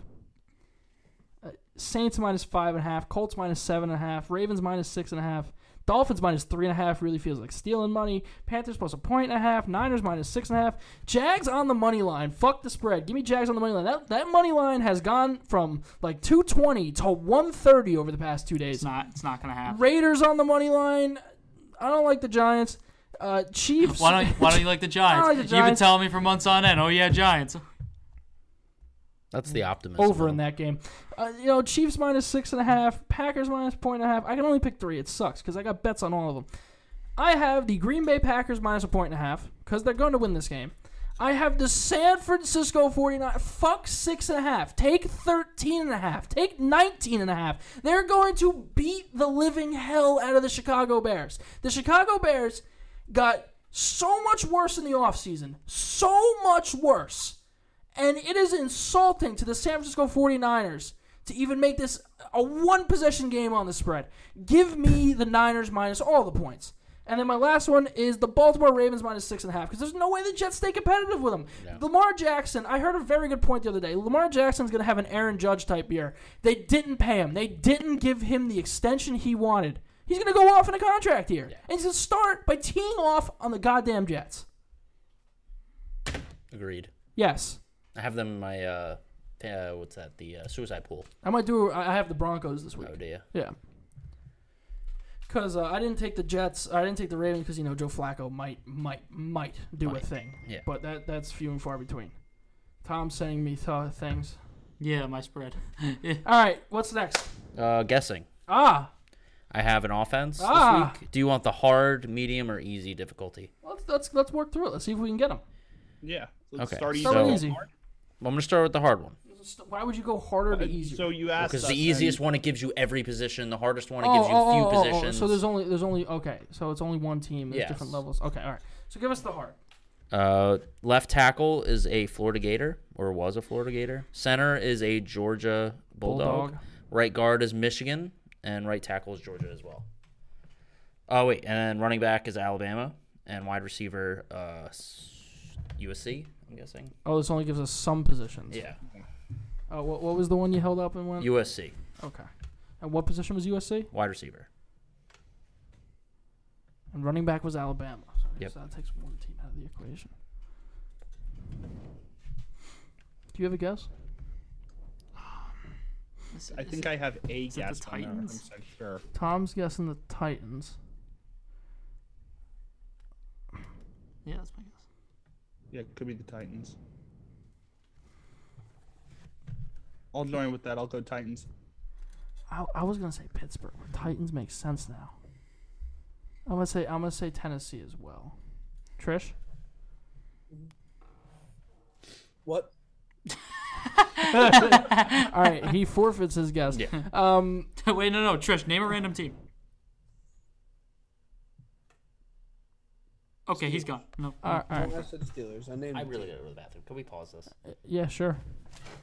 Uh, Saints minus five and a half. Colts minus seven and a half. Ravens minus six and a half. Dolphins minus three and a half really feels like stealing money. Panthers plus a point and a half. Niners minus six and a half. Jags on the money line. Fuck the spread. Give me Jags on the money line. That that money line has gone from like 220 to 130 over the past two days.
It's not. It's not gonna happen.
Raiders on the money line. I don't like the Giants. Uh, Chiefs.
Why don't Why don't you like the Giants?
like Oh, the
You've been
Giants.
telling me for months on end. Oh yeah, Giants.
That's the optimism.
Mm, over in that game? Uh, you know, Chiefs minus six and a half. Packers minus point and a half. I can only pick three. It sucks because I got bets on all of them. I have the Green Bay Packers minus a point and a half because they're going to win this game. I have the San Francisco 49. Fuck six and a half. Take 13 and a half. Take 19 and a half. They're going to beat the living hell out of the Chicago Bears. The Chicago Bears got so much worse in the offseason. So much worse. And it is insulting to the San Francisco 49ers to even make this a one possession game on the spread. Give me the Niners minus all the points. And then my last one is the Baltimore Ravens minus six and a half because there's no way the Jets stay competitive with them. Lamar Jackson, I heard a very good point the other day. Lamar Jackson's going to have an Aaron Judge type year. They didn't pay him, they didn't give him the extension he wanted. He's going to go off in a contract here. And he's going to start by teeing off on the goddamn Jets.
Agreed.
Yes.
I have them in my uh, pa- uh what's that? The uh, suicide pool.
I might do. I I have the Broncos this week.
Oh dear.
Yeah. Because uh, I didn't take the Jets, I didn't take the Ravens because you know Joe Flacco might might might do a thing.
Yeah.
But that that's few and far between. Tom's sending me th- things.
Yeah, my spread. Yeah.
All right, what's next?
Uh, guessing.
Ah,
I have an offense
Ah.
this week. Do you want the hard, medium, or easy difficulty?
let's let's let's work through it. Let's see if we can get them.
Yeah. Let's
Okay,
start easy.
Start with
So-
easy.
I'm gonna start with the hard one
Why would you go harder to easier?
So you asked
because
us,
the easiest
and
one it gives you every position. The hardest one it
oh,
gives you
oh,
few
oh, oh, oh,
positions.
so there's only there's only okay. So it's only one team. There's
Yes.
different levels. Okay, all right. So give us the heart.
Uh, left tackle is a Florida Gator, or was a Florida Gator. Center is a Georgia Bulldog.
Bulldog.
Right guard is Michigan, and right tackle is Georgia as well. Oh wait, and then running back is Alabama, and wide receiver uh, s- USC. I'm guessing.
Oh, this only gives us some positions.
Yeah,
Oh, what, what was the one you held up and went?
USC,
okay. And what position was USC?
wide receiver.
And running back was Alabama. So I guess
Yep.
that takes one team out of the equation. Do you have a guess?
I think I have a
it the
guess on there. I'm
Titans?
so sure.
Tom's guessing the Titans.
Yeah, that's my guess.
Yeah, it could be the Titans. I'll join with that. I'll go Titans.
I, I was gonna say Pittsburgh, but Titans makes sense now. I'm gonna say I'm gonna say Tennessee as well. Trish,
What?
all right, he forfeits his guess.
Yeah.
Um,
Wait, no, no, Trish, name a random team.
Okay, he's gone. No.
All right, all
Don't
right.
I said Steelers. I named
I
it.
really gotta go to the bathroom. Can we pause this?
Yeah, sure.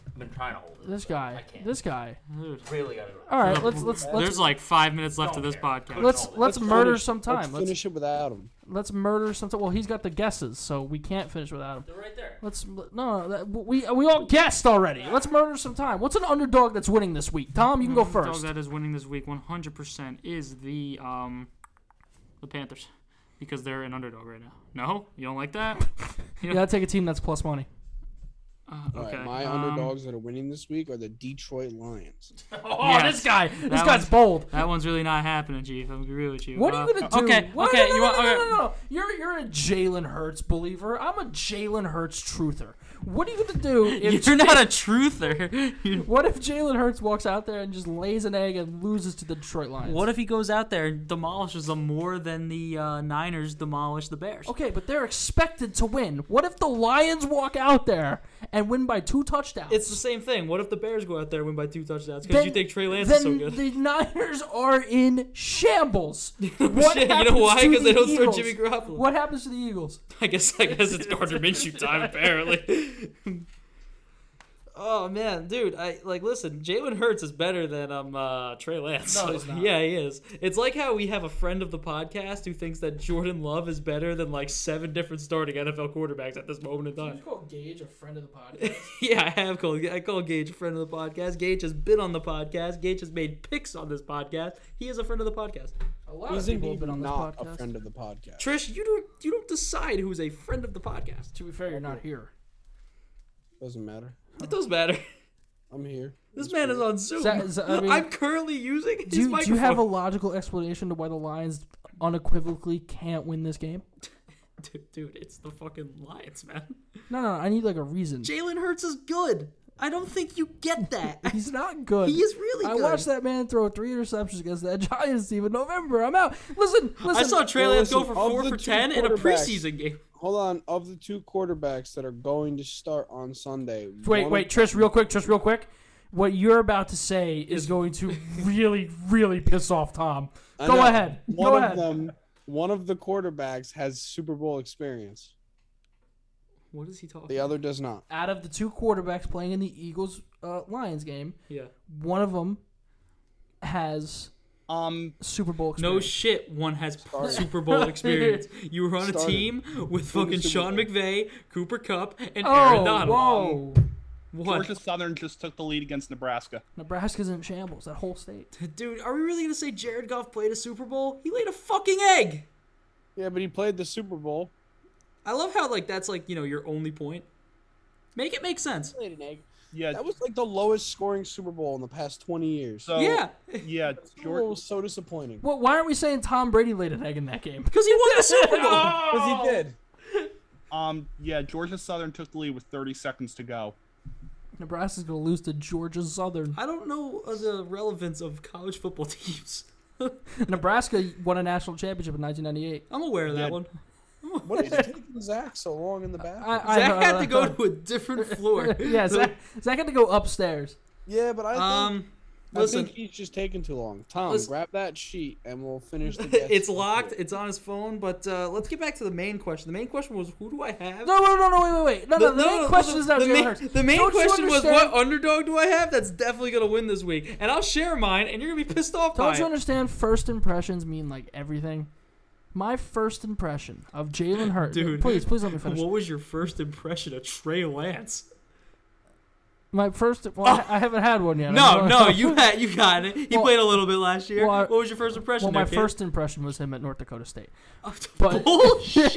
I've been trying to hold it.
This
but I
guy.
can't.
This guy.
Dude.
really gotta. Go. to the
All right, let's let's let's
There's like five minutes left of this
care.
podcast.
let's let's murder
finish-
some time.
Let's
Let's
finish it without him.
let's murder some time. Well, he's got the guesses, so we can't finish without him.
bathroom. They're right there.
Let's no, no that, we we all guessed already. Let's murder some time. What's an underdog that's winning this week? Tom, you can go
Mm-hmm. Dog
first.
that is winning this week 100% is the um the Panthers because they're an underdog right now. No, you don't like that.
You gotta take a team that's plus money.
Uh,
All right,
okay.
my
um,
underdogs that are winning this week are the Detroit Lions.
Oh,
Yes.
this guy, this
That
guy's
was-
bold.
That one's really not happening, Chief. I'm agree with you.
What are you
Uh,
gonna do?
Okay,
What-
okay.
no,
you
no,
want?
no,
okay.
no, no, no. You're you're a Jalen Hurts believer. I'm a Jalen Hurts truther. What are you gonna do? If,
You're not a truther. You-
what if Jalen Hurts walks out there and just lays an egg and loses to the Detroit Lions?
What if he goes out there and demolishes them more than the uh, Niners demolished the Bears?
Okay, but they're expected to win. What if the Lions walk out there and win by two touchdowns?
It's the same thing. What if the Bears go out there and win by two touchdowns because
Then-
you think Trey Lance
then
is so good?
the Niners are in shambles. What
Shit, you know
happens
why?
to
Because they
the
don't throw
Eagles?
Jimmy Garoppolo.
What happens to the Eagles?
I guess I guess it's Gardner Minshew time apparently.
Oh man, dude! I like listen. Jalen Hurts is better than um uh, Trey Lance.
No, he's not.
Yeah, he is. It's like how we have a friend of the podcast who thinks that Jordan Love is better than like seven different starting NFL quarterbacks at this moment in time.
call Gage a friend of the podcast.
Yeah, I have called. I call Gage a friend of the podcast. Gage has been on the podcast. Gage has made picks on this podcast. He is a friend of the podcast.
A lot
He's
of people have
indeed
been on this
not a
podcast.
friend of the podcast.
Trish, you don't you don't decide who's a friend of the podcast.
To be fair, you're not here.
Doesn't matter.
It does matter.
I'm here.
This man is on Zoom.
Zach- Zach- I mean-
I'm currently using his
Do you, do
microphone.
you have a logical explanation to why the Lions unequivocally can't win this game?
dude, dude, it's the fucking Lions, man.
No, no, I need like a reason.
Jalen Hurts is good. I don't think you get that.
He's not good.
he is really
I
good.
watched that man throw three interceptions against that Giants team in November. I'm out. Listen, listen.
I saw Trey
Well,
Lance go
listen,
for
of
four
the
for
two
ten in a
quarterbacks-
preseason game.
Hold on. Of the two quarterbacks that are going to start on Sunday,
Wait,
one-
wait, Trish, real quick, Trish, real quick. What you're about to say is going to really, really piss off Tom.
I
Go
know,
ahead.
One
Go
of
ahead.
them, one of the quarterbacks has Super Bowl experience.
What is he talking?
The other does not.
Out of the two quarterbacks playing in the Eagles uh, Lions game,
Yeah.
one of them has
Um,
Super Bowl
No
experience.
shit, one has Super Bowl experience. You were on a
Started.
team with fucking
Super
Sean
Bowl.
McVay, Cooper Cup, and Aaron
Oh,
Donald.
whoa.
What?
Georgia Southern just took the lead against Nebraska.
Nebraska's in shambles, that whole state.
Dude, are we really gonna say Jared Goff played a Super Bowl? He laid a fucking egg.
Yeah, but he played the Super Bowl.
I love how like that's like you know your only point. Make it make sense.
Played an egg.
Yeah,
That was like the lowest scoring Super Bowl in the past 20 years.
so
Yeah,
yeah.
Super Bowl
Georgia,
was so disappointing.
Well, why aren't we saying Tom Brady laid an egg in that game?
because he won the Super Bowl.
Because he did.
um, yeah. Georgia Southern took the lead with 30 seconds to go.
Nebraska's going to lose to Georgia Southern.
I don't know of the relevance of college football teams.
Nebraska won a national championship in 1998.
I'm aware of that
Yeah.
one.
What is taking Zach so long in the bathroom?
I, uh,
Zach
I,
had to go to a different floor.
yeah, Zach, Zach had to go upstairs.
yeah, but I think,
Um,
I
listen,
think he's just taking too long. Tom,
Listen-
grab that sheet and we'll finish the guess.
it's locked. It's on his phone. But uh, let's get back to the main question. The main question was, who do I have?
No, no, no, no, wait, wait, wait. No, no, the, main question
the-
is not
the
Jalen
main,
Hurts.
The main
Don't you
question was, what
understand-
underdog do I have that's definitely going to win this week? And I'll share mine, and you're going to be pissed off by
Don't you
it.
understand first impressions mean like everything? My first impression of Jalen Hurts.
Dude.
Please, please let me finish.
What was your first impression of Trey Lance?
My first. Well, I, I haven't had one yet. I
No,
don't
no,
know.
you had you got it. He
Well-
played a little bit last year.
well, I-
what was your first impression?
Well, my
there, kid?
first impression was him at North Dakota State. but-
bullshit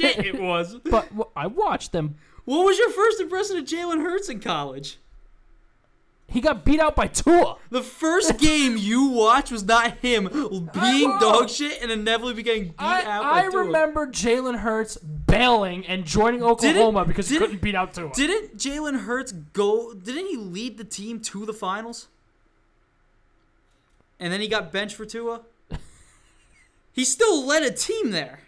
it was.
But well, I watched them.
What was your first impression of Jalen Hurts in college?
He got beat out by Tua.
The first game you watched was not him being
I-
dog shit and inevitably getting beat
I,
out.
I
by Tua.
remember Jalen Hurts bailing and joining Oklahoma because he
didn't-
couldn't beat out Tua.
Didn't Jalen Hurts go? Didn't he lead the team to the finals? And then he got benched for Tua. he still led a team there.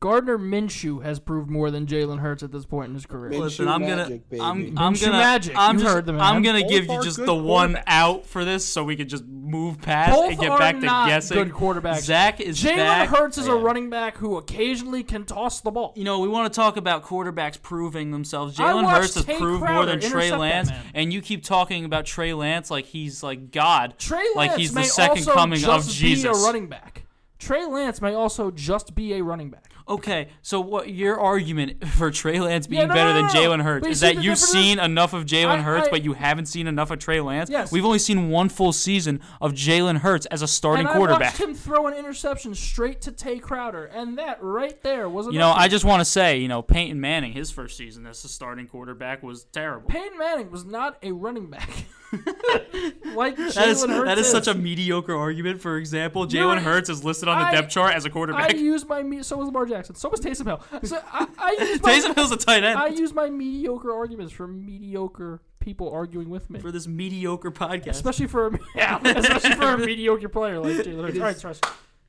Gardner Minshew has proved more than Jalen Hurts at this point in his career.
Minshew
Listen, I'm gonna,
magic, baby.
I'm, I'm
Minshew
gonna,
magic.
I'm
You
just,
heard the man.
I'm gonna give
Both
you
are
just
good
the one
quarterbacks.
out for this, so we can just move past
Both
and get
are
back to
not
guessing.
good quarterbacks.
Zach is
Jalen
back.
Hurts is a running back who occasionally can toss the ball.
You know, we want to talk about quarterbacks proving themselves.
I
Jalen
watched
Hurts has
Tay
proved more
Crowder
than Trey
intercept that
Lance,
man.
and you keep talking about Trey Lance like he's like God,
Trey Lance
like he's the
may
second
also
coming
just
of
be a
Jesus.
running back. Trey Lance may also just be a running back.
Okay, so what your argument for Trey Lance being
no,
better
no, no,
than
no.
Jalen
But
Hurts
you
is
see
that
the
you've
difference
seen
is-
enough of Jalen
I-
Hurts,
I-
but you haven't seen enough of Trey Lance?
Yes.
We've only seen one full season of Jalen Hurts as a starting
And I
quarterback.
watched him throw an interception straight to Tay Crowder, and that right there was
You know,
enough.
I just want to say, you know, Peyton Manning, his first season as a starting quarterback was terrible.
Peyton Manning was not a running back. like
That is,
Jalen Hurts
that is such a mediocre argument. For example, Jalen
I-
Hurts is listed on the
I-
depth chart as a
I
quarterback.
use my me- so was Lamar Jackson. So was Taysom Hill. So I, I use my,
Taysom Hill's a tight end.
I use my mediocre arguments for mediocre people arguing with me.
for this mediocre podcast.
especially for a, yeah, especially for a mediocre player like Jalen Hurts.
It
All right,
is-
Trash.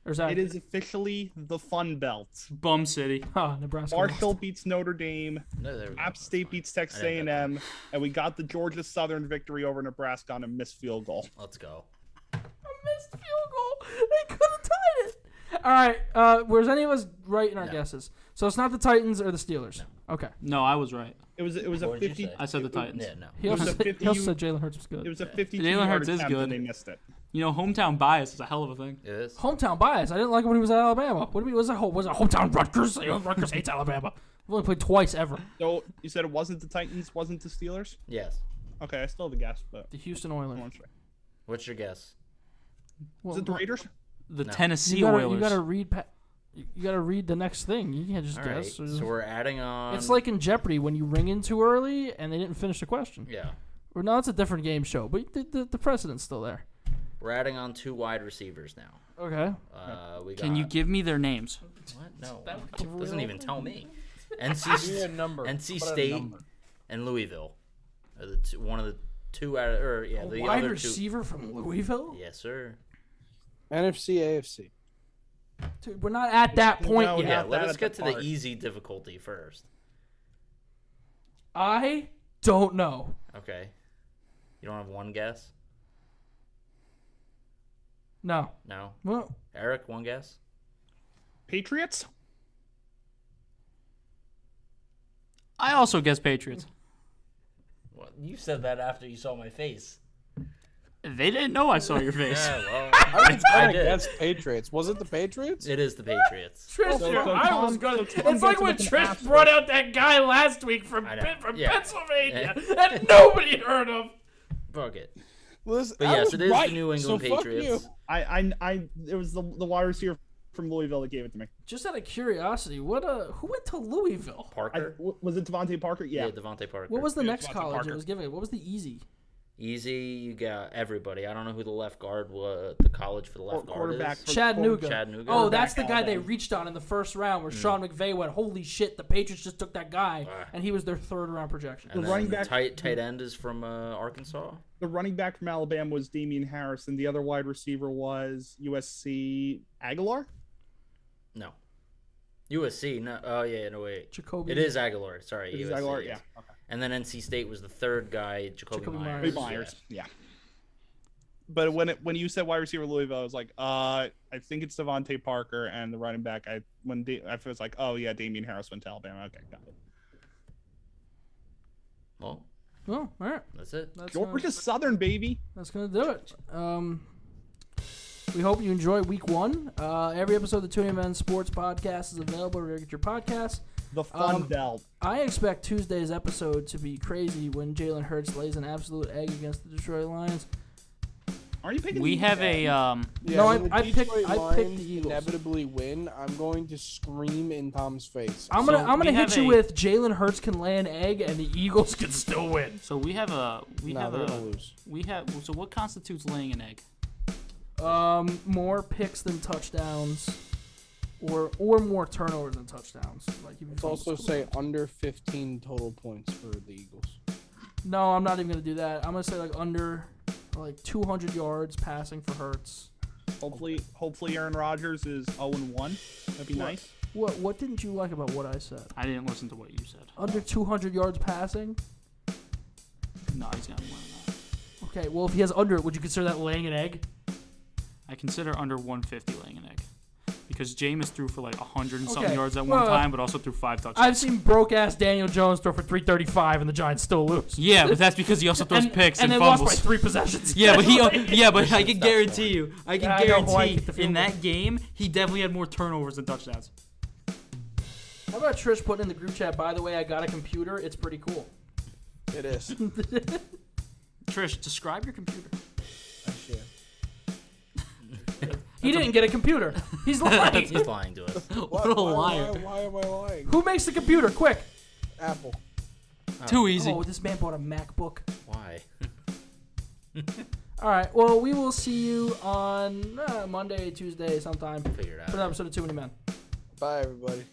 Or Zach.
It is officially the Fun Belt.
Bum City.
Ah, Nebraska.
Marshall beats Notre Dame.
No, there we go.
App State beats Texas
I didn't
A&M, and we got the Georgia Southern victory over Nebraska on a missed field goal.
Let's go.
missed field goal. They could have tied it. All right. Uh, was any of us right in our guesses? So it's not the Titans or the Steelers. Okay.
No, I was right.
It was it was
What
a
did you
fifty.
say?
I said the Titans.
Yeah, no.
He also,
was a
said,
50
he also
you-
said Jalen Hurts was
It
good.
was a fifty.
Jalen Hurts is good.
And they missed it.
You know, hometown bias is a hell of a thing.
It is.
Hometown bias. I didn't like it when he was at Alabama. What do you mean? Was it home? Was it hometown Rutgers? You know, Rutgers hates Alabama. We've only played twice ever.
So you said it wasn't the Titans, wasn't the Steelers?
Yes.
Okay, I still have the guess, but
The Houston Oilers.
Lawrence right.
What's your guess?
is it the Raiders?
The Tennessee
you gotta,
Oilers.
You gotta read. Pa- you you gotta read the next thing. You can't just
All right.
guess.
So we're adding on.
it's like in Jeopardy when you ring in too early and they didn't finish the question.
yeah,
Or no, it's a different game show, but the, the, the precedent's still there.
we're adding on two wide receivers now.
Okay.
Uh, we got.
Can you give me their names?
What? No.
give
It doesn't
away
even tell me. NC
Give me a number.
NC
Put a
State
number.
and Louisville are the two, one of the two out of or yeah the
Wide
other
receiver from Louisville?
two. Yes, sir.
NFC, AFC.
Dude, we're not at that point
No,
yet.
Yeah,
Not
let
that
us
at
get
the
to the
park.
easy difficulty first.
I don't know.
Okay. You don't have one guess?
No.
No.
Well,
Eric, one guess?
Patriots?
I also guess Patriots.
Well, you said that after you saw my face.
They didn't know I saw your face.
Yeah, well,
I was
I
gonna
did.
guess Patriots. Was it the Patriots?
it is the Patriots.
Trish,
So- so
I
Tom-
was gonna.
so Tom
it's like
goes
when
with an
Trish
asterisk.
brought out that guy last week from
I know.
Pen- from
Yeah.
Pennsylvania
Yeah.
that nobody heard of.
Fuck it.
Listen,
But
I
yes,
was
it is
right,
the New
so
England
fuck
Patriots.
you.
I I I it was the the wide receiver from Louisville that gave it to me.
Just out of curiosity, what uh, who went to Louisville?
I,
Parker?
w- was it Devontae Parker?
Yeah,
Yeah.
Devontae Parker.
What was the
Yeah,
next
Devontae
college
Parker.
it was giving? What was the easy?
Easy, you got everybody. I don't know who the left guard was, the college for the
Or
left guard
quarterback
is.
for-
Chattanooga.
Chattanooga.
Oh, that's the guy
Alabama.
they reached on in the first round where Sean McVay went, holy shit, the Patriots just took that guy,
Ah.
and he was their third round projection.
And
The
then
running back-
tight, tight end is from uh, Arkansas.
The running back from Alabama was Damian Harris, and the other wide receiver was USC Aguilar.
No. USC. No. Oh, yeah, no, wait.
Jacoby.
It is Aguilar. Sorry.
It is
USC,
Aguilar,
yes.
yeah.
And then NC State was the third guy, Jacoby,
Jacoby
Myers.
Myers.
Three Myers. Yeah. But when it, when you said wide receiver Louisville, I was like, uh, I think it's Devontae Parker and the running back. I when da- I was like, oh yeah, Damien Harris went to Alabama. Okay, got it.
Well,
Well, all right.
that's it.
That's, uh,
Georgia Southern baby.
that's going to do it. Um, we hope you enjoy week one. Uh, every episode of the Tuning Men Sports Podcast is available wherever you get your podcasts.
The Fun
Um,
Belt.
I expect Tuesday's episode to be crazy when Jalen Hurts lays an absolute egg against the Detroit Lions.
Are you picking?
We
the-
have a um,
Yeah,
No, I-
when the
I picked-
Detroit
I picked the
Lions
Eagles.
Inevitably win. I'm going to scream in Tom's face.
I'm gonna
So
I'm gonna
we
hit
have
you
a-
with Jalen Hurts can lay an egg and the Eagles can still win.
So we have a we
Nah,
have
they're gonna
a
lose.
we have so what constitutes laying an egg?
Um, more picks than touchdowns, or or more turnovers than touchdowns. Like you
Let's also say under 15 total points for the Eagles.
no, I'm not even gonna do that. I'm gonna say like under like 200 yards passing for Hurts.
Hopefully, hopefully Aaron Rodgers is zero and one. oh That'd be nice.
What What didn't you like about what I said?
I didn't listen to what you said.
Under 200 yards passing.
No, he's got one. of that.
Okay, well if he has under, it, would you consider that laying an egg?
I consider under 150 laying an egg. Because Jameis threw for like 100 and something
Okay,
yards at
well,
one time, but also threw five touchdowns.
I've seen broke ass Daniel Jones throw for 335 and the Giants still lose.
yeah, but that's because he also throws picks and,
and they
fumbles.
lost by three possessions.
yeah, but he. Yeah, but
I
I
can
can
That's guarantee
guarantee you. I
Yeah,
can
I know Hawaii
guarantee
kicked the field
in
goal.
that game he definitely had more turnovers than touchdowns.
How about Trish putting in the group chat? By the way, I got a computer. It's pretty cool.
It is.
Trish, describe your computer.
Actually,
He didn't get a computer. He's lying.
He's lying to us.
What a liar!
Why, why am I lying?
Who makes the computer? Quick!
Apple.
Too easy.
Oh, this man bought a MacBook.
Why?
All right. Well, we will see you on uh, Monday, Tuesday, sometime
Figure it
for an
out.
episode of Too Many Men.
Bye, everybody.